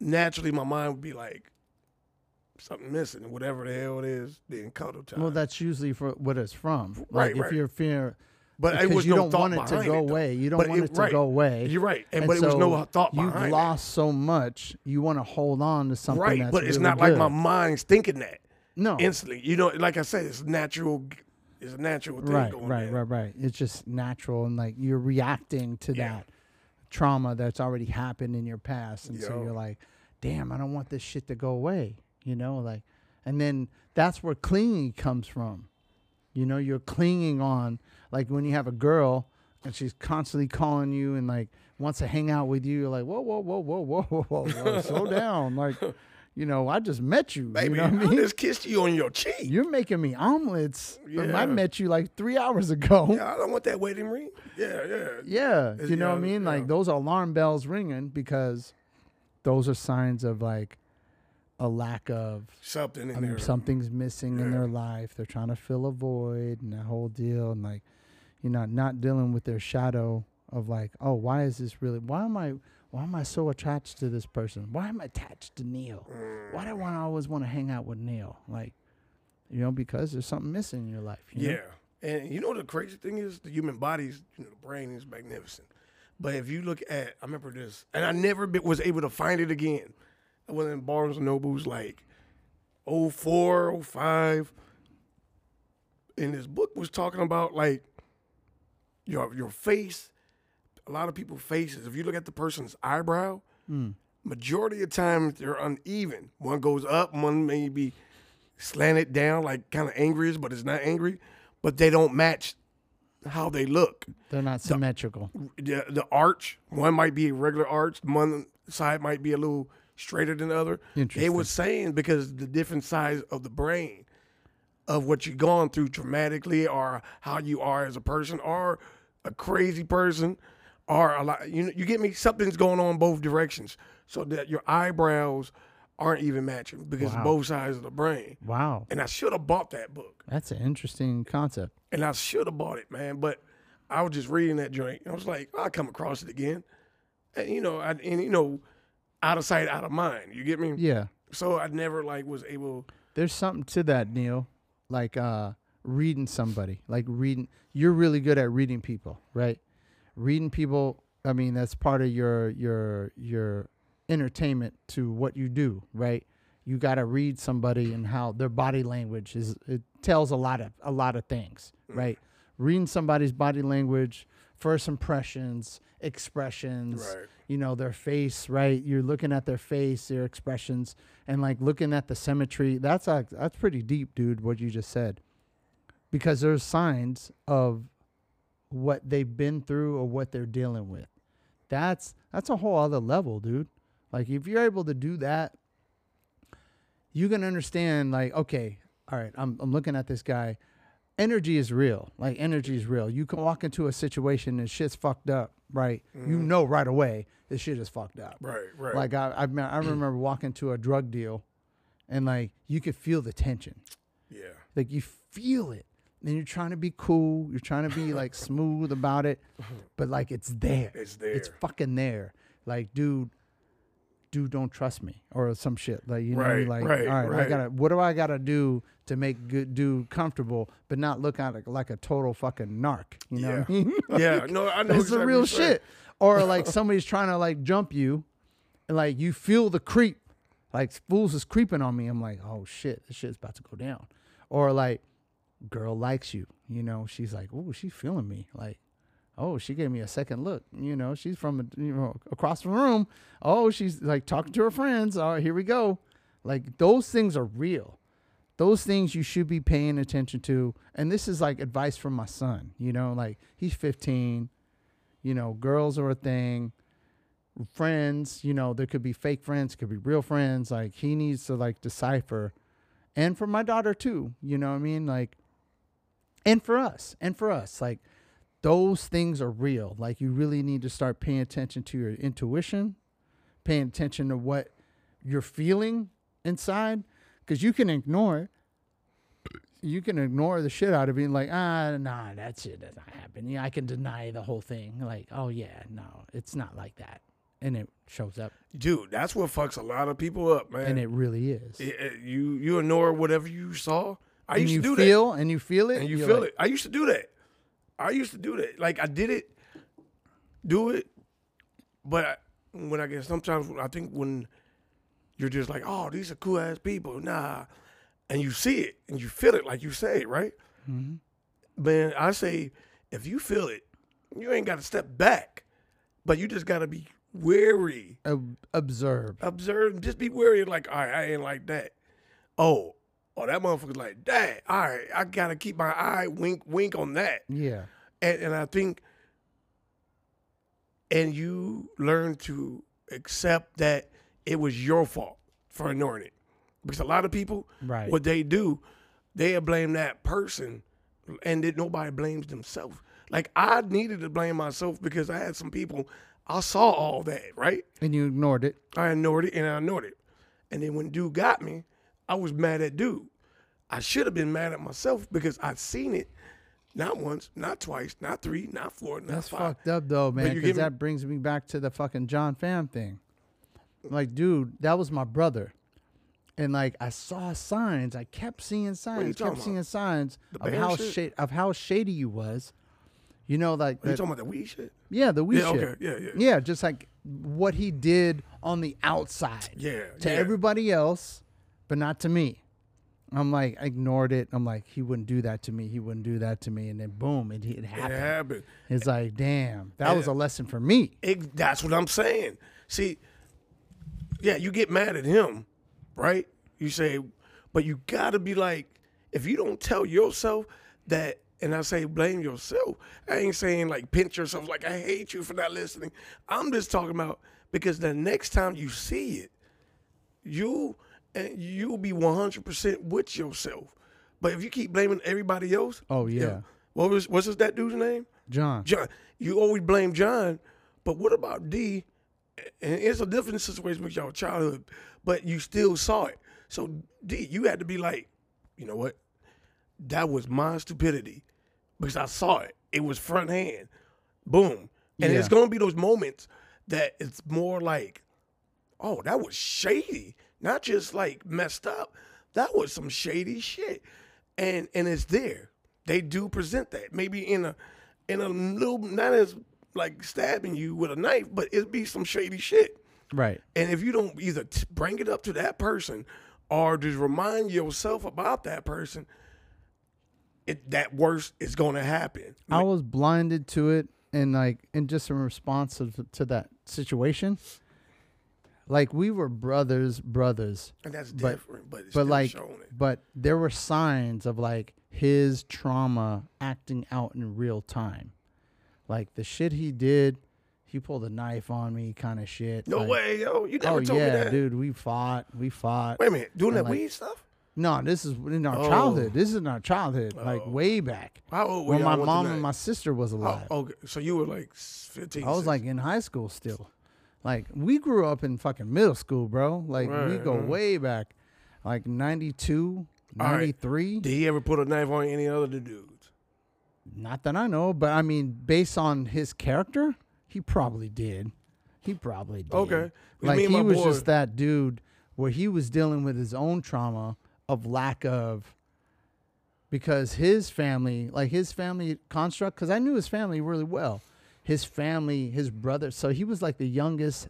E: naturally my mind would be like, "Something missing, whatever the hell it is." Then cuddle time.
F: Well, that's usually for what it's from. Like
E: Uh, Right,
F: if
E: right.
F: you're fear,
E: But it
F: because
E: was
F: you
E: no
F: don't
E: thought
F: want it to
E: behind
F: go
E: though.
F: away. You don't
E: But
F: want
E: it-
F: it to
E: right.
F: go away.
E: You're right, and, but it was no thought
F: You've
E: behind it.
F: lost so much. You want to hold on to something.
E: Right,
F: that's
E: but it's
F: really
E: not like
F: good.
E: my mind's thinking that.
F: no.
E: instantly. You know, like I said, it's natural. It's a natural thing
F: right,
E: going
F: right,
E: there.
F: right, right. It's just natural, and like you're reacting to
E: Yeah.
F: that trauma that's already happened in your past, and so
E: Yo.
F: you're like, "Damn, I don't want this shit to go away," you know, like, and then that's where clinging comes from. You know, you're clinging on, like when you have a girl and she's constantly calling you and like wants to hang out with you. You're like, "Whoa, whoa, whoa, whoa, whoa, whoa, whoa, whoa slow down!" Like, you know, I just met you.
E: Baby,
F: you know what I mean?
E: I just kissed you on your cheek.
F: You're making me omelets. but I
E: Yeah.
F: met you like three hours ago.
E: yeah, I don't want that wedding ring. Yeah, yeah.
F: Yeah,
E: It's-
F: you know
E: yeah,
F: what I mean.
E: yeah.
F: Like those alarm bells ringing because those are signs of like a lack of
E: Something in
F: I mean,
E: there.
F: something's missing in their life. They're trying to fill a void and that whole deal, and like you know, not dealing with their shadow of like, oh, why is this really? Why am I? Why am I so attached to this person? Why am I attached to Neil? Why do I always want to hang out with Neil? Like, you know, because there's something missing in your life. you know?
E: Yeah. And you know the crazy thing is the human body's you know, the brain is magnificent. But if you look at I remember this and I never be, was able to find it again. I was in Barnes and Noble's like 04, 05. And this book was talking about like your your face. A lot of people's faces, if you look at the person's eyebrow,
F: Hmm.
E: majority of times they're uneven. One goes up, one may be slanted down, like kind of angry, but it's not angry. But they don't match how they look.
F: they're not symmetrical.
E: The, the arch, one might be a regular arch, one side might be a little straighter than the other. They
F: Interesting.
E: were saying because the different size of the brain of what you're going through dramatically or how you are as a person or a crazy person or a lot you know, you get me something's going on both directions so that your eyebrows aren't even matching because
F: Wow.
E: both sides of the brain
F: Wow,
E: and I should have bought that book.
F: that's an interesting concept.
E: And I should have bought it, man. But I was just reading that joint. And I was like, I'll come across it again. And you know, I, and you know, out of sight, out of mind. You get me?
F: Yeah.
E: So I never like was able.
F: There's something to that, Neil. Like uh reading somebody. Like reading you're really good at reading people, right? Reading people, I mean, that's part of your your your entertainment to what you do, right? You got to read somebody and how their body language is it tells a lot of a lot of things, right? Reading somebody's body language, first impressions, expressions,
E: Right.
F: you know their face right you're looking at their face their expressions and like looking at the symmetry that's like that's pretty deep dude what you just said because there's signs of what they've been through or what they're dealing with that's that's a whole other level dude like if you're able to do that you can understand like okay all right i'm, I'm looking at this guy energy is real like energy is real you can walk into a situation and shit's fucked up right you know right away this shit is fucked up
E: Mm-hmm. Right, right.
F: like i i, me- I remember walking to a drug deal and like you could feel the tension
E: Yeah.
F: like you feel it and you're trying to be cool you're trying to be like smooth about it but like it's there
E: It's
F: it's
E: there.
F: fucking there like dude dude don't trust me or some shit like you
E: Right,
F: know like
E: right,
F: all right, i
E: right.
F: gotta what do i gotta do to make good dude comfortable but not look at it like a total fucking narc you know
E: Yeah.
F: what i mean
E: yeah. No, I know.
F: that's the
E: exactly
F: real
E: what you're saying.
F: shit. Or like somebody's trying to like jump you, and like you feel the creep. Like fools is creeping on me. I'm like, oh shit, this shit's about to go down. Or like, girl likes you. You know, she's like, oh, she's feeling me. Like, oh, she gave me a second look. You know, she's from a, you know across the room. Oh, she's like talking to her friends. All right, here we go. Like those things are real. Those things you should be paying attention to. And this is like advice from my son, you know, like he's 15, you know, girls are a thing. Friends, you know, there could be fake friends, could be real friends. Like he needs to like decipher. And for my daughter too, you know what I mean? Like and for us and for us like those things are real like you really need to start paying attention to your intuition paying attention to what you're feeling inside because you can ignore it you can ignore the shit out of being like ah nah that shit doesn't happen yeah i can deny the whole thing like oh yeah no it's not like that and it shows up
E: Dude, that's what fucks a lot of people up, man.
F: and it really is
E: It- it- you you ignore whatever you saw. I
F: and
E: used
F: you
E: to do that.
F: feel and you feel it
E: and you
F: you're
E: feel
F: like,
E: it. I used to do that. I used to do that. Like I did it, do it, but I, when I guess sometimes I think when you're just like, oh, these are cool ass people, nah, and you see it and you feel it, like you say, right?
F: Mm-hmm.
E: Man, I say if you feel it, you ain't got to step back, but you just got to be wary
F: ob- observe
E: observe, just be wary. Like, all right, I ain't like that. Oh, oh, that motherfucker's like that. All right, I gotta keep my eye wink, wink on that.
F: yeah
E: And and I think, and you learn to accept that it was your fault for ignoring it, because a lot of people,
F: Right.
E: what they do, they blame that person, and that nobody blames themselves. Like I needed to blame myself because I had some people. I saw all that, right?
F: and you ignored it
E: I ignored it and I ignored it. And then when dude got me, I was mad at dude. I should have been mad at myself because I'd seen it not once, not twice, not three, not four, not
F: That's
E: five.
F: fucked up though, man.
E: you
F: Because
E: give me-
F: that brings me back to the fucking John Pham thing. Like, dude, that was my brother, and like I saw signs. I kept seeing
E: you
F: signs.
E: talking
F: Kept
E: about?
F: seeing signs of
E: bear
F: how
E: shit?
F: shady of how shady you was. You know, like
E: Are you
F: that-
E: talking about the weed shit?
F: yeah, the weed
E: Yeah,
F: shit.
E: okay. Yeah, yeah.
F: yeah. Just like what he did on the outside.
E: Yeah,
F: To
E: yeah.
F: everybody else, but not to me. I'm like I ignored it. I'm like he wouldn't do that to me. He wouldn't do that to me. And then boom, it, it
E: It
F: happened.
E: happened.
F: It's like, damn, that was a lesson for me.
E: It, that's what I'm saying. See, yeah, you get mad at him, right? You say, but you gotta be like, if you don't tell yourself that, and I say blame yourself, I ain't saying like pinch yourself, like I hate you for not listening. I'm just talking about because the next time you see it, you and you'll be 100% with yourself. But if you keep blaming everybody else,
F: Oh, yeah.
E: what was what's that dude's name?
F: John.
E: John, you always blame John, but what about D? And it's a different situation with your childhood, but you still saw it. So D, you had to be like, you know what? That was my stupidity because I saw it. It was front hand. Boom. And
F: Yeah.
E: it's going to be those moments that it's more like, oh, that was shady. Not just like messed up. That was some shady shit. And and it's there. They do present that. Maybe in a in a little not as like stabbing you with a knife, but it'd be some shady shit.
F: Right.
E: And if you don't either t- bring it up to that person or just remind yourself about that person, it, that worst is going to happen.
F: I was blinded to it and like and just in response to, to that situation. Like we were brothers, brothers.
E: And that's
F: But-
E: different, but, it's
F: But
E: still
F: like
E: showing it.
F: but there were signs of like his trauma acting out in real time. Like the shit he did, he pulled a knife on me kind of shit.
E: No
F: like,
E: way, yo. You never
F: Oh
E: told me
F: yeah,
E: that.
F: dude, we fought. We fought.
E: Wait a minute. Doing
F: And,
E: that
F: like-
E: weed stuff?
F: No, this is in our
E: Oh.
F: childhood. This is in our childhood, like way back.
E: How old were
F: when
E: y'all
F: my
E: when
F: mom
E: tonight?
F: and my sister was
E: Oh,
F: alive.
E: okay. So you were like 15.
F: I was like in high school still. Like we grew up in fucking middle school, bro. Like we
E: Right,
F: go
E: right.
F: way back, like 92,
E: All right.
F: 93.
E: Did he ever put a knife on any other dudes?
F: Not that I know, but I mean, based on his character, he probably did. He probably did.
E: Okay. You
F: Like
E: mean
F: he
E: my
F: was
E: boy-
F: just that dude where he was dealing with his own trauma of lack of because his family, like his family construct, because I knew his family really well. His family, his brother. So he was like the youngest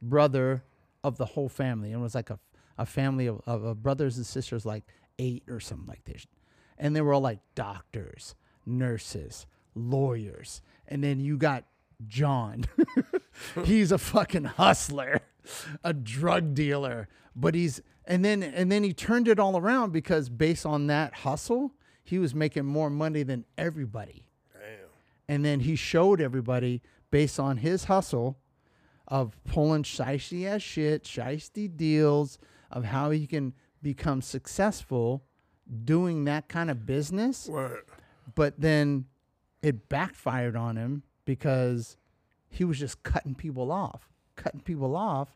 F: brother of the whole family. And it was like a, a family of, of, of brothers and sisters, like eight or something like this. And they were all like doctors, nurses, lawyers. And then you got John. he's a fucking hustler, a drug dealer, but he's and then and then he turned it all around because based on that hustle, he was making more money than everybody. Damn. And then he showed everybody based on his hustle of pulling shisty ass shit, shisty deals, of how he can become successful doing that kind of business
E: Word.
F: but then it backfired on him because he was just cutting people off, cutting people off,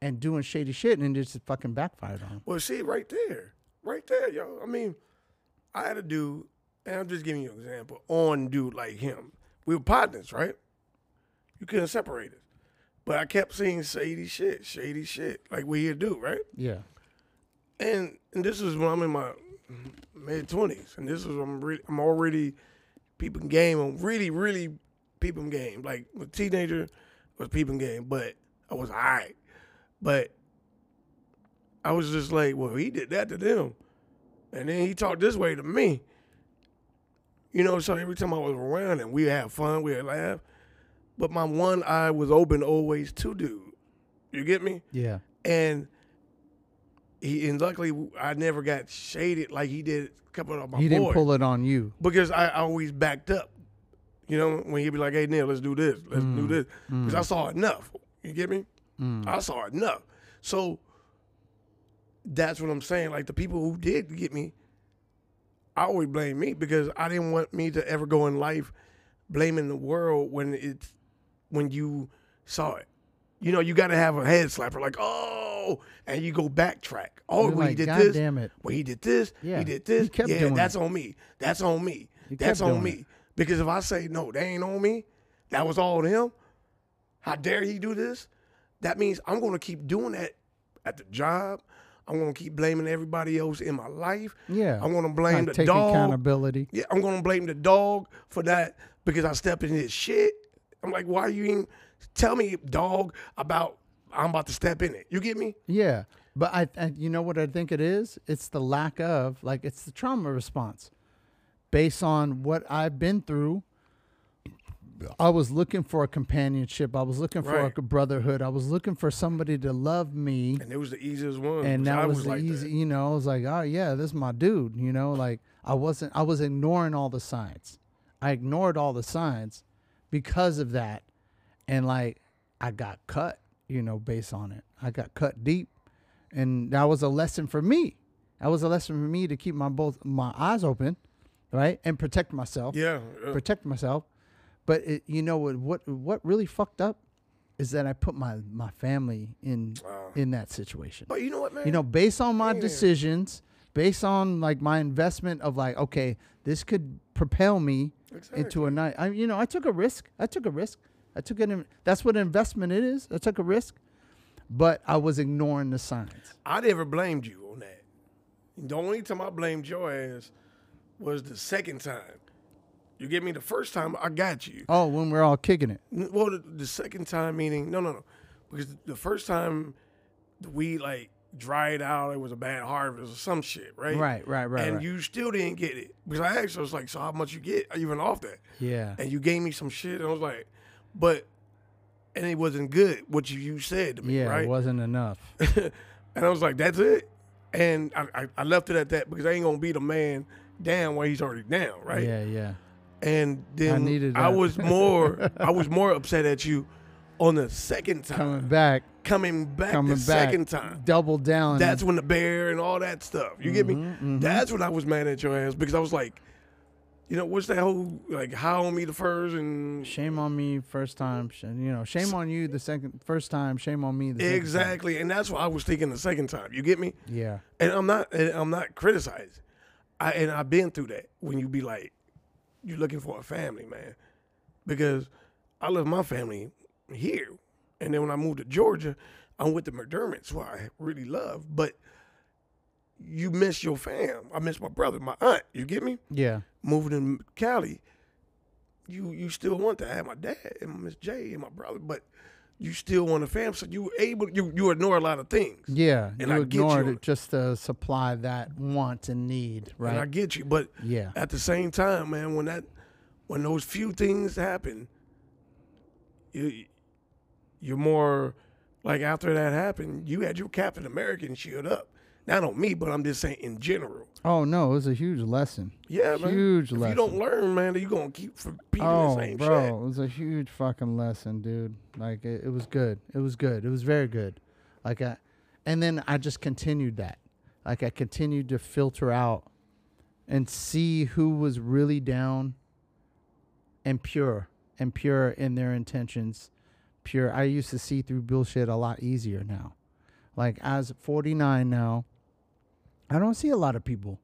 F: and doing shady shit, and it just fucking backfired on him.
E: Well, see, right there, right there, yo. I mean, I had a dude, and I'm just giving you an example, on dude like him. We were partners, right? You couldn't separate us. But I kept seeing shady shit, shady shit, like we here do, right?
F: Yeah,
E: and and this is when I'm in my mid twenties, and this is when I'm really, I'm already peeping game. I'm really really peeping game. Like a teenager was peeping game, but I was alright. But I was just like, well, he did that to them, and then he talked this way to me. You know, so every time I was around and we had fun, we had laugh, but my one eye was open always to dude. You get me?
F: yeah,
E: and he and luckily I never got shaded like he did a couple of my
F: he didn't
E: boys
F: pull it on you.
E: because I, I always backed up. You know, when he'd be like, "Hey Neil, let's do this, let's
F: Mm,
E: do this," because I saw enough. You get me? I saw enough. So that's what I'm saying. Like the people who did get me, I always blame me because I didn't want me to ever go in life blaming the world when it's when you saw it. You know, you got to have a head slapper like, "Oh," and you go backtrack. Oh,
F: You're
E: well, he
F: like,
E: did
F: "God
E: this.
F: damn it."
E: Well, he did this.
F: Yeah.
E: He did this.
F: He kept
E: yeah,
F: doing
E: that's
F: it.
E: on me. That's on me.
F: He kept
E: that's on
F: doing
E: me.
F: it.
E: Because if I say no, they ain't on me. That was all on him. How dare he do this? That means I'm going to keep doing that at the job. I'm going to keep blaming everybody else in my life.
F: Yeah,
E: I'm going to blame
F: Not
E: the
F: taking
E: dog.
F: accountability.
E: Yeah, I'm gonna blame the dog for that because I stepped in his shit. I'm like, why you ain't tell me, dog, about I'm about to step in it. You get me?
F: Yeah, but I, I you know what I think it is? It's the lack of like it's the trauma response based on what I've been through. I was looking for a companionship. I was looking for
E: Right.
F: a brotherhood. I was looking for somebody to love me.
E: And it was the easiest one.
F: and
E: which
F: that
E: I
F: was,
E: was
F: the
E: like
F: easy you know i was like oh yeah this is my dude you know like i wasn't i was ignoring all the signs i ignored all the signs because of that and like i got cut you know based on it i got cut deep and that was a lesson for me that was a lesson for me to keep my both my eyes open right and protect myself
E: That. Yeah. yeah.
F: protect myself. But it, you know what? What what really fucked up is that I put my my family in in that situation.
E: But you know what, man?
F: You know, based on my decisions, based on like my investment of like, okay, this could propel me into a night. I, you know, I took a risk. I took a risk. I took an. in- That's what investment it is. I took a risk, but I was ignoring the signs.
E: I never blamed you on that. The only time I blamed your ass was the second time. You get me? The first time I got you.
F: Oh, when we're all kicking it.
E: N- Well, the, the second time, meaning no, no, no, because the first time the weed like dried out, it was a bad harvest or some shit, right?
F: Right, right, right,
E: And
F: right.
E: you still didn't get it because I asked, you, I was like, so how much you get even off that?
F: Yeah.
E: And you gave me some shit, and I was like, but, and it wasn't good what you, you said to me,
F: Yeah,
E: right?
F: it wasn't enough.
E: And I was like, that's it. And I, I, I left it at that because I ain't gonna beat a man down where he's already down, right?
F: Yeah, yeah.
E: and then I,
F: needed that.
E: was more I was more upset at you on the second time
F: Coming back,
E: coming back
F: coming
E: the
F: back,
E: second time.
F: double down.
E: That's when the bear and all that stuff. You get me?
F: Mm-hmm,
E: That's when I was mad at your ass because I was like, you know, what's that whole like how on me the furs and
F: Shame on me first time. sh- You know, shame on you the second first time. Shame on me the second time.
E: exactly? And that's what I was thinking the second time. You get me?
F: Yeah.
E: And I'm not and I'm not criticizing. I and I've been through that when you be like, you're looking for a family, man. Because I left my family here. And then when I moved to Georgia, I'm with the McDermotts, who I really love. But you miss your fam. I miss my brother, my aunt. You get me?
F: Yeah.
E: Moving to Cali, you you still want to have my dad and Miss J and my brother, but you still want a fam. So you able you you ignore a lot of things.
F: Yeah.
E: And
F: you
E: I get you
F: ignored
E: on
F: it just to supply that want and need,
E: And I
F: right?
E: get you, but
F: Yeah.
E: at the same time, man, when that when those few things happen, you you're more like after that happened, you had your Captain American shield up. Not on me, but I'm just saying in general.
F: Oh no, it was a huge lesson.
E: Yeah, man.
F: huge
E: If
F: lesson.
E: you don't learn, man, you're gonna keep repeating
F: oh,
E: the same
F: bro,
E: shit.
F: it was a huge fucking lesson, dude. Like it, it was good. It was good. It was very good. Like I, and then I just continued that. Like I continued to filter out and see who was really down and pure and pure in their intentions. Pure. I used to see through bullshit a lot easier now. Like as 49 now, I don't see a lot of people,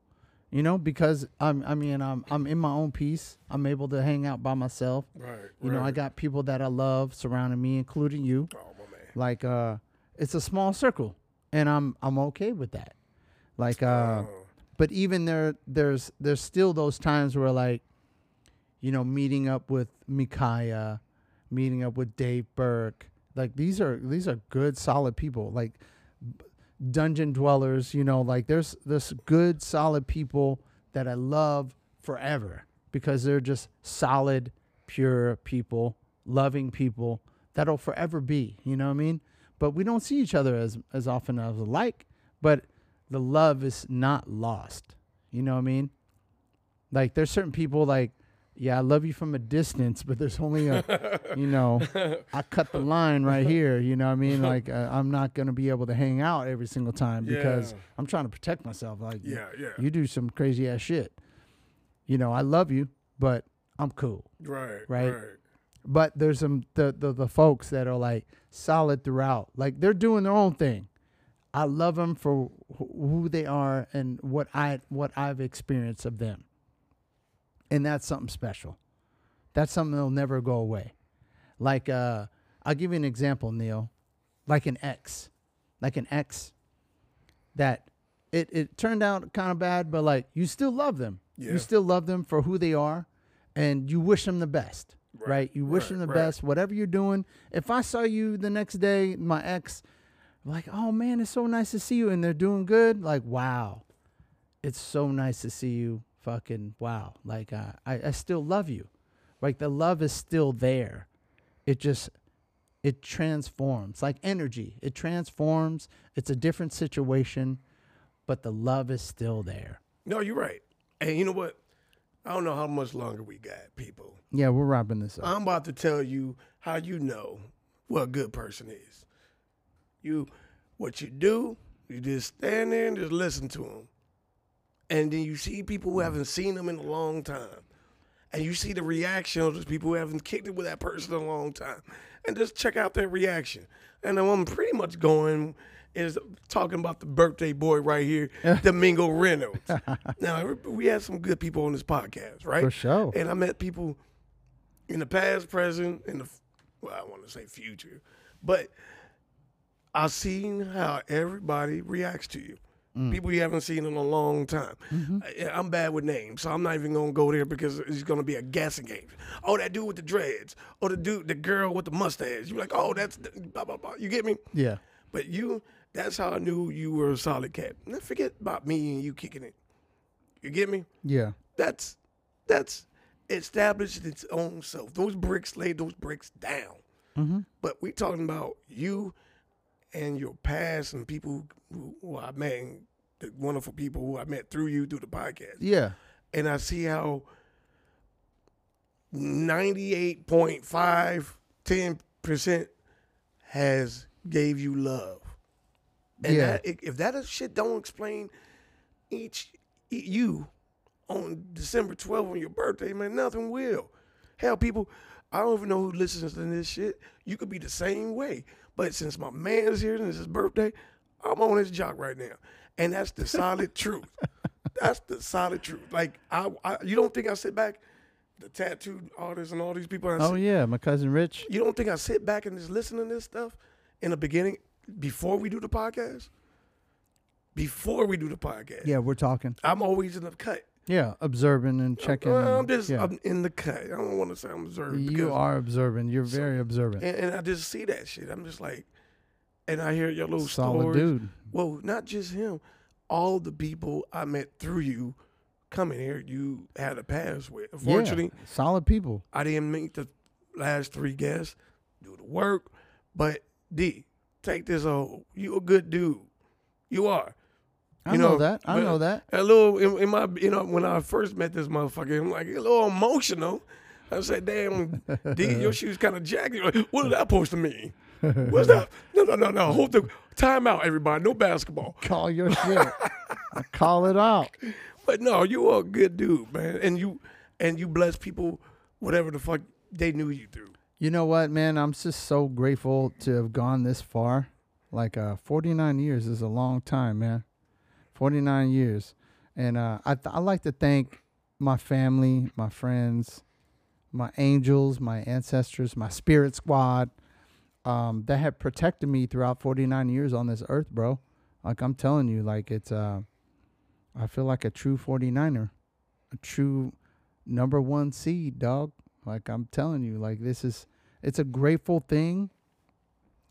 F: you know, because I'm. I mean, I'm. I'm in my own peace. I'm able to hang out by myself.
E: Right.
F: You know, I
E: right.
F: got people that I love surrounding me, including you.
E: Oh my man.
F: Like, uh, it's a small circle, and I'm I'm okay with that. Like,
E: Oh.
F: uh, but even there, there's there's still those times where like, you know, meeting up with Micaiah, meeting up with Dave Burke. Like these are these are good, solid people. Like b- dungeon dwellers, you know, like there's there's good, solid people that I love forever because they're just solid, pure people, loving people that'll forever be. You know what I mean? But we don't see each other as as often as I'd like. But the love is not lost. You know what I mean? Like there's certain people like, yeah, I love you from a distance, but there's only a, you know, I cut the line right here. You know what I mean? Like uh, I'm not gonna be able to hang out every single time because
E: Yeah.
F: I'm trying to protect myself. Like
E: Yeah, yeah.
F: you do some crazy ass shit. You know, I love you, but I'm cool.
E: Right.
F: Right.
E: Right.
F: But there's some the, the the folks that are like solid throughout. Like they're doing their own thing. I love them for wh- who they are and what I what I've experienced of them. And that's something special. That's something that'll never go away. Like uh I'll give you an example, Neil. Like an ex. Like an ex that it, it turned out kind of bad, but like you still love them.
E: Yeah.
F: You still love them for who they are and you wish them the best. Right. You wish
E: right,
F: them the
E: right.
F: best, whatever you're doing. If I saw you the next day, my ex, like, oh man, it's so nice to see you and they're doing good. Like, wow. It's so nice to see you. Fucking wow. Like, uh, I, I still love you. Like, the love is still there. It just, it transforms like energy. It transforms. It's a different situation, but the love is still there.
E: No, you're right. And you know what? I don't know how much longer we got, people.
F: Yeah, we're wrapping this up.
E: I'm about to tell you how you know what a good person is. You, what you do, you just stand there and just listen to them, and then you see people who haven't seen them in a long time, and you see the reaction of those people who haven't kicked it with that person in a long time, and just check out their reaction. And then I'm pretty much going is talking about the birthday boy right here, Domingo Reynolds. now we had some good people on this podcast, right?
F: For sure.
E: And I met people in the past, present, and the f- well, I want to say future, but I've seen how everybody reacts to you. People you haven't seen in a long time. I, I'm bad with names, so I'm not even gonna go there because it's gonna be a guessing game. Oh, that dude with the dreads. Oh, the dude, the girl with the mustache. You're like, oh, that's the, blah blah blah. You get me?
F: Yeah.
E: But you, that's how I knew you were a solid cat. Now forget about me and you kicking it. You get me?
F: Yeah.
E: That's that's established its own self. Those bricks laid those bricks down.
F: Mm-hmm.
E: But we talking about you and your past and people who, who I met, and the wonderful people who I met through you through the podcast.
F: Yeah.
E: And I see how 98.5, 10% has gave you love. And
F: Yeah.
E: that, if that is shit don't explain each e- you on December 12th on your birthday, man, nothing will. Hell, people, I don't even know who listens to this shit. You could be the same way. But since my man's here and it's his birthday, I'm on his jock right now. And that's the solid truth. That's the solid truth. Like, I, I you don't think I sit back, the tattooed artists and all these people, and I
F: Oh
E: sit-
F: yeah, my cousin Rich.
E: you don't think I sit back and just listen to this stuff in the beginning before we do the podcast? Before we do the podcast.
F: Yeah, we're talking.
E: I'm always in the cut.
F: Yeah, observing and checking.
E: Well, I'm
F: and-
E: just
F: yeah.
E: I'm in the cut. I don't want to say I'm observant. because-
F: you are observant. You're very observant.
E: and, and I just see that shit. I'm just like, and I hear your little
F: Solid
E: stories.
F: dude.
E: Well, not just him. All the people I met through you coming here, you had a pass with.
F: Yeah,
E: Unfortunately,
F: solid people.
E: I didn't make the last three guests. do the work. But D, take this a whole. You a good dude. You are.
F: I know that. I
E: but
F: know that.
E: A little in, in my, you know, when I first met this motherfucker, I'm like a little emotional. I said, "Damn, D, your shoes kind of jacked. What did that supposed to mean? What's that? No, no, no, no. Hold the time out, everybody. No basketball.
F: Call your shit. I call it out.
E: But no, you are a good dude, man, and you and you bless people, whatever the fuck they knew you through.
F: You know what, man? I'm just so grateful to have gone this far. Like uh, 49 years is a long time, man. 49 years, and uh, I th- I like to thank my family, my friends, my angels, my ancestors, my spirit squad um, that have protected me throughout 49 years on this earth, bro. Like I'm telling you, like it's uh, I feel like a true 49er, a true number one seed, dog. Like I'm telling you, like this is it's a grateful thing.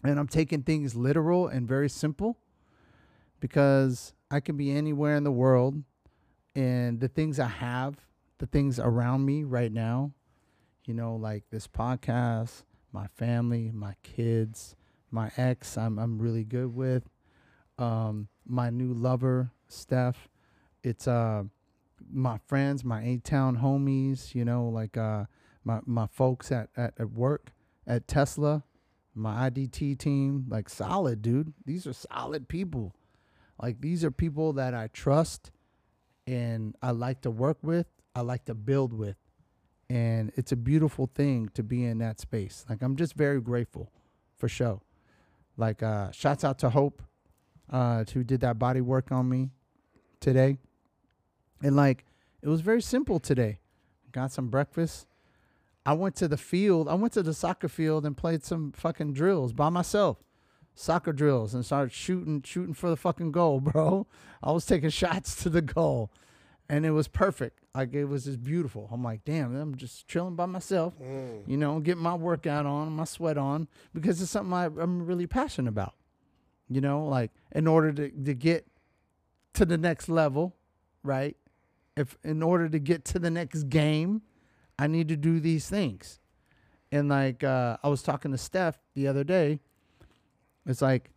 F: And I'm taking things literal and very simple because I can be anywhere in the world and the things I have, the things around me right now, you know, like this podcast, my family, my kids, my ex I'm I'm really good with, um, my new lover, Steph. It's uh my friends, my A Town homies, you know, like uh, my my folks at, at, at work, at Tesla, my IDT team, like solid, dude. These are solid people. Like these are people that I trust and I like to work with, I like to build with. And it's a beautiful thing to be in that space. Like I'm just very grateful for show. Like uh shouts out to Hope, uh, who did that body work on me today. And like it was very simple today. Got some breakfast. I went to the field. I went to the soccer field and played some fucking drills by myself. Soccer drills and started shooting, shooting for the fucking goal, bro. I was taking shots to the goal. And it was perfect. Like it was just beautiful. I'm like, damn, I'm just chilling by myself, you know, getting my workout on, my sweat on, because it's something I, I'm really passionate about. You know, like in order to, to get to the next level, right? If in order to get to the next game, I need to do these things. And like uh, I was talking to Steph the other day, it's like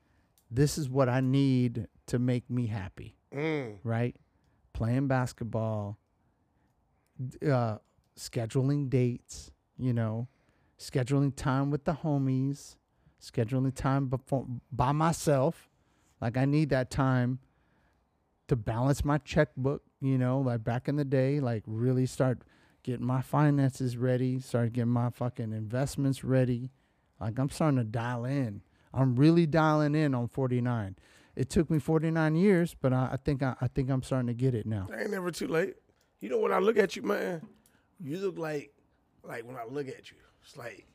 F: this is what I need to make me happy, right? Playing basketball, d- uh, scheduling dates, you know, scheduling time with the homies, scheduling time before, by myself. Like I need that time to balance my checkbook, you know, like back in the day, like really start getting my finances ready, start getting my fucking investments ready. Like I'm starting to dial in. I'm really dialing in on 49. It took me 49 years, but I, I think I, I think I'm starting to get it now.
E: I ain't never too late. You know when I look at you, man, you look like like when I look at you, it's like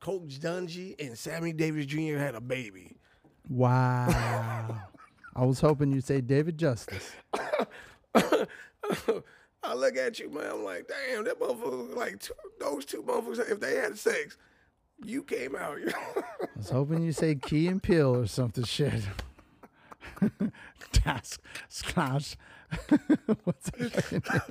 E: Coach Dungy and Sammy Davis Jr. had a baby.
F: Wow. I was hoping you'd say David Justice.
E: I look at you, man. I'm like, damn, that motherfucker. Like two, those two motherfuckers, if they had sex, you came out.
F: I was hoping you say key and peel or something shit. Task slash. What's that fucking name?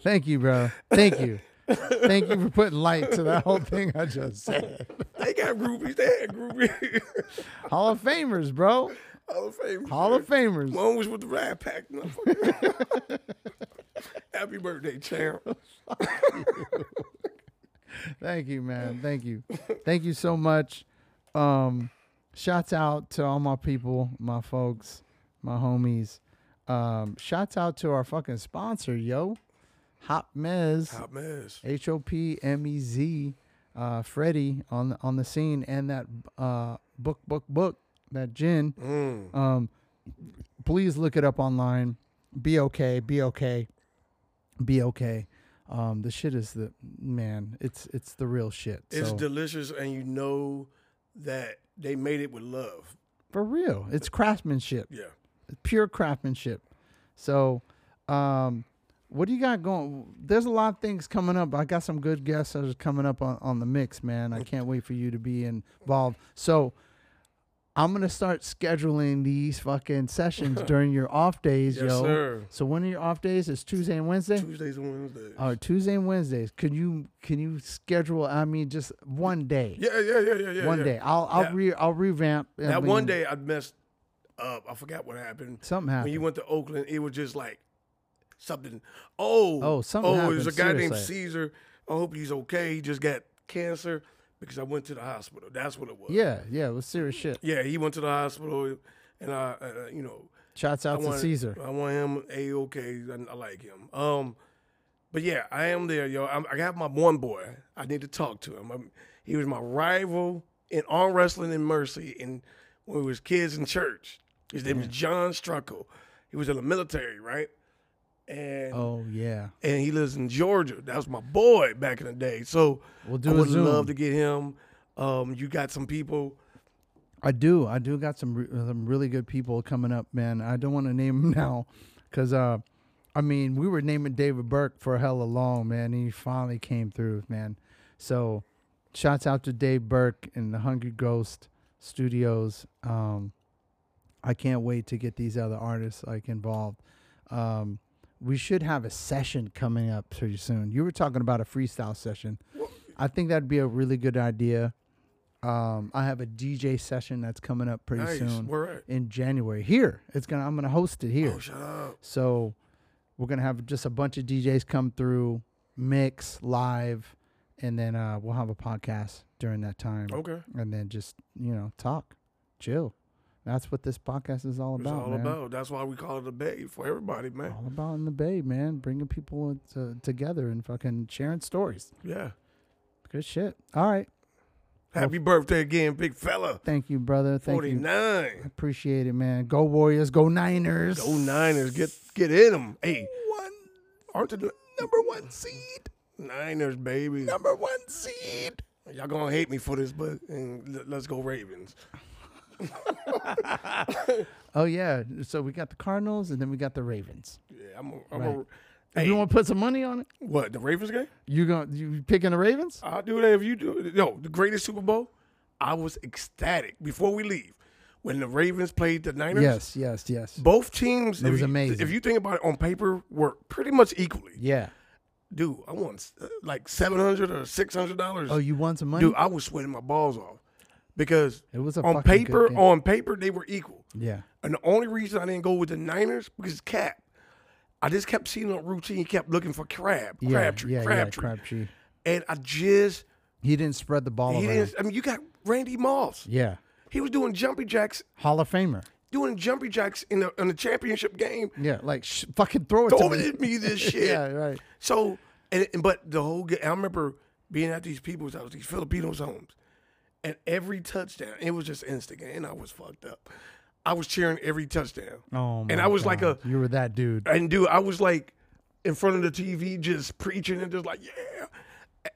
F: Thank you, bro. Thank you. Thank you for putting light to that whole thing I just said.
E: they got groupies. They had groupies.
F: Hall of Famers, bro.
E: Hall of Fame.
F: Hall of Famers.
E: One was with the Rat Pack. motherfucker. Happy birthday, champ.
F: Thank you, man. Thank you. Thank you so much. Um, shouts out to all my people, my folks, my homies. Um, shouts out to our fucking sponsor, yo. Hop Mez,
E: Hot mess.
F: H O P M E Z, uh, Freddie on the, on the scene, and that uh, book, book, book, that gin. Um, please look it up online. Be okay. Be okay be okay. Um, the shit is the man. It's it's the real shit.
E: It's
F: so,
E: delicious, and you know that they made it with love.
F: for real. It's craftsmanship,
E: Yeah.
F: pure craftsmanship. So, um, what do you got going? There's a lot of things coming up. I got some good guests that are coming up on, on the mix, man. I can't wait for you to be involved. So, I'm gonna start scheduling these fucking sessions during your off days,
E: Yes,
F: yo.
E: sir.
F: So when are your off days? It's Tuesday and Wednesday.
E: Tuesdays and Wednesdays.
F: Or Tuesday and Wednesdays. Can you can you schedule? I mean, just one day.
E: yeah, yeah, yeah, yeah, yeah.
F: one
E: yeah.
F: day. I'll I'll
E: Yeah.
F: re I'll revamp. I
E: That one
F: mean,
E: day I messed up. I forgot what happened.
F: Something
E: When you
F: happened.
E: went to Oakland, it was just like something. Oh,
F: Oh, something
E: Oh, it was a guy
F: happened,
E: named
F: seriously.
E: Caesar. I hope he's okay. He just got cancer because I went to the hospital. That's what it was.
F: Yeah, yeah, it was serious shit.
E: Yeah, he went to the hospital, and I, uh, you know,
F: Shouts out
E: I uh,
F: to
E: want
F: Caesar.
E: I want him a okay. I, I like him. Um, but yeah, I am there, yo. I'm, I have my one boy. I need to talk to him. I'm, he was my rival in arm wrestling in Mercy, and when we was kids in church. His name was
F: Mm.
E: John Struckel. He was in the military, right? And
F: Oh yeah.
E: and he lives in Georgia. That was my boy back in the day. So
F: We'll do
E: I
F: a
E: would
F: Zoom.
E: love to get him. Um, you got some people.
F: I do. I do got some re- some really good people coming up, man. I don't want to name them now, cause uh, I mean we were naming David Burke for hella long, man. He finally came through, man. So, shouts out to Dave Burke and the Hungry Ghost Studios. Um, I can't wait to get these other artists like involved. Um, we should have a session coming up pretty soon. You were talking about a freestyle session. I think that'd be a really good idea. Um, I have a DJ session that's coming up pretty
E: Nice.
F: soon
E: Where at?
F: in January. Here, it's gonna. I'm gonna host it here.
E: Oh, shut up.
F: So we're gonna have just a bunch of DJs come through, mix live, and then uh, we'll have a podcast during that time.
E: Okay.
F: And then just you know talk, chill. That's what this podcast is all
E: It's
F: about.
E: all
F: man.
E: about. That's why we call it a bay for everybody, man.
F: All about in the bay, man. Bringing people in to, together and fucking sharing stories.
E: Yeah.
F: Good shit. All right.
E: Happy birthday again, big fella.
F: Thank you, brother. Thank you.
E: 49.
F: Appreciate it, man. Go Warriors. Go Niners.
E: Go Niners. Oh, Get get in them. Hey. One. Aren't the number one seed? Niners, baby. Number one seed. Y'all gonna hate me for this, but and l- let's go Ravens.
F: Oh yeah. So we got the Cardinals and then we got the Ravens.
E: Yeah, I'm. A, I'm
F: Right.
E: a, hey,
F: You want to put some money on it?
E: what the Ravens game?
F: You going to you picking the Ravens?
E: I'll do that if you do. it. Yo, the greatest Super Bowl. I was ecstatic before we leave when the Ravens played the Niners.
F: Yes, yes, yes.
E: Both teams.
F: It
E: if
F: was
E: you-
F: amazing.
E: If you think about it, on paper, work pretty much equally.
F: yeah.
E: Dude, I won uh, like seven hundred or six hundred dollars.
F: Oh, you won some money?
E: Dude, I was sweating my balls off because
F: It was a
E: on
F: fucking good
E: paper.
F: game.
E: On paper, they were equal,
F: yeah.
E: and the only reason I didn't go with the Niners because Cap. I just kept seeing on routine, kept looking for Crab,
F: Yeah.
E: Crabtree,
F: yeah,
E: Crabtree,
F: yeah, Crabtree.
E: and I just
F: He didn't spread the ball
E: he
F: around.
E: didn't. I mean, you got Randy Moss.
F: Yeah.
E: He was doing jumpy jacks,
F: Hall of Famer.
E: doing jumpy jacks in the in the championship game.
F: Yeah, like sh- fucking throw it
E: Throw
F: to me.
E: it at me this shit.
F: yeah, right.
E: So, and, and- but the whole game, I remember being at these people's house, these Filipinos' homes, and every touchdown, it was just instant, and I was fucked up. I was cheering every touchdown.
F: Oh my
E: And I was like
F: God.
E: a,
F: you were that dude.
E: and dude, I was like in front of the TV just preaching and just like, yeah.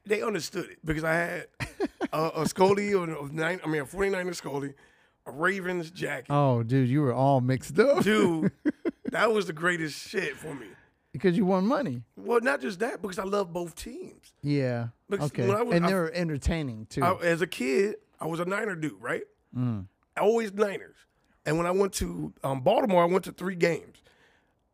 E: They understood it because I had a, a Scully, or a nine, I mean, a 49er Scully, a Ravens jacket.
F: Oh, dude, you were all mixed up
E: Dude, that was the greatest shit for me.
F: because you won money.
E: Well, not just that, because I love both teams.
F: Yeah.
E: Because
F: okay.
E: when I was-
F: and
E: I-
F: they were entertaining too.
E: I, as a kid, I was a Niner dude, right?
F: Mm.
E: Always Niners. And when I went to um, Baltimore, I went to three games.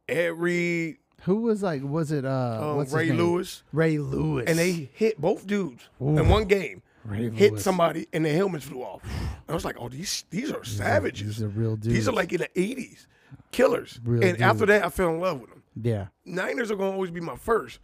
E: Every
F: Who was like? Was it uh?
E: um,
F: what's his
E: Ray
F: name?
E: Lewis,
F: Ray Lewis.
E: and they hit both dudes
F: Ooh.
E: in one game.
F: Ray
E: hit
F: Lewis.
E: somebody, and their helmets flew off. I was like, "Oh, these these are savages.
F: these are real
E: These
F: dudes.
E: are like in the '80s, killers."
F: Real
E: and after
F: dudes.
E: that, I fell in love with them.
F: Yeah.
E: Niners are gonna always be my first,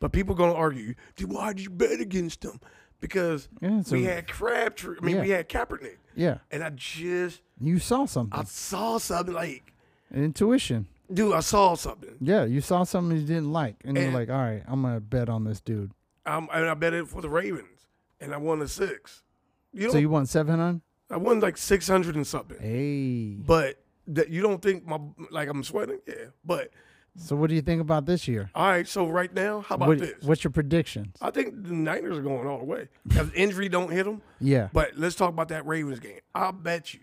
E: but people gonna argue, "Dude, why did you bet against them?" Because
F: Yeah, it's
E: we
F: a-
E: had Crabtree. I mean,
F: Yeah.
E: we had Kaepernick.
F: Yeah.
E: and I just
F: You saw something.
E: I saw something like,
F: Intuition.
E: dude, I saw something.
F: Yeah, you saw something you didn't like, and you're
E: And-
F: like, "All right, I'm gonna bet on this dude."
E: Um, and I bet it for the Ravens, and I won a six. You know,
F: So you won seven hundred.
E: I won like six hundred and something.
F: Hey.
E: But that you don't think my like I'm sweating? Yeah. But
F: So what do you think about this year?
E: all right, so right now, how about
F: What-
E: this?
F: What's your predictions?
E: I think the Niners are going all the way. If injury don't hit them,
F: Yeah.
E: But let's talk about that Ravens game. I bet you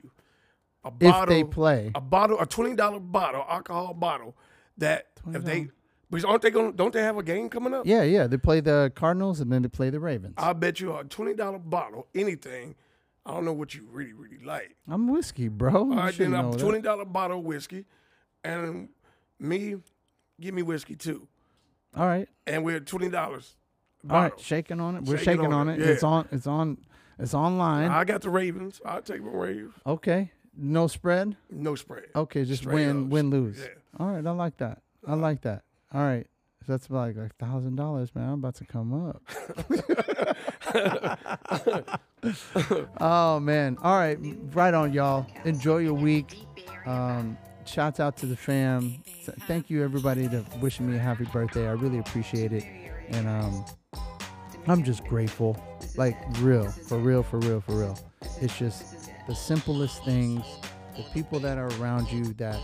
E: a
F: they
E: bottle
F: play.
E: a bottle a twenty dollar bottle alcohol bottle that if they because aren't they going to don't they have a game coming up?
F: yeah, yeah. They play the Cardinals and then they play the Ravens.
E: I bet you a twenty dollar bottle anything I don't know what you really, really like.
F: I'm whiskey, bro.
E: All
F: You
E: right,
F: should
E: then
F: know
E: a
F: that.
E: twenty dollar bottle of whiskey, and me, give me whiskey too.
F: All right.
E: And we're at twenty dollars.
F: All right, shaking on it. We're shaking, on it.
E: yeah.
F: It's on. It's on. It's online.
E: I got the Ravens. I'll take my Ravens.
F: okay. No spread.
E: No spread.
F: Okay, just
E: Straight
F: win,
E: up.
F: win, lose.
E: Yeah. Uh-huh.
F: All right, I like that. I like that. All right, so that's like a thousand dollars, man. I'm about to come up. oh man! All right, right on, y'all. Enjoy your week. Um, shouts out to the fam. Th- Thank you everybody to wishing me a happy birthday. I really appreciate it, and um, I'm just grateful. Like real, for real, for real, for real. It's just the simplest things, the people that are around you that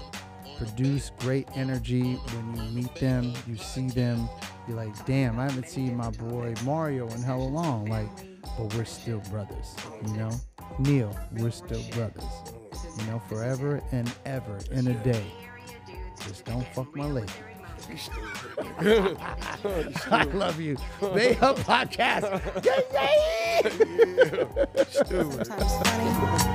F: produce great energy when you meet them, you see them, you're like, damn, I haven't seen my boy Mario in hella long. Like, but we're still brothers, you know? Neil, we're still brothers. You know, forever and ever in a day. Just don't fuck my lady. I love you. Bay Up Podcast. Yay, yay!
E: Stupid.
G: Sometimes funny.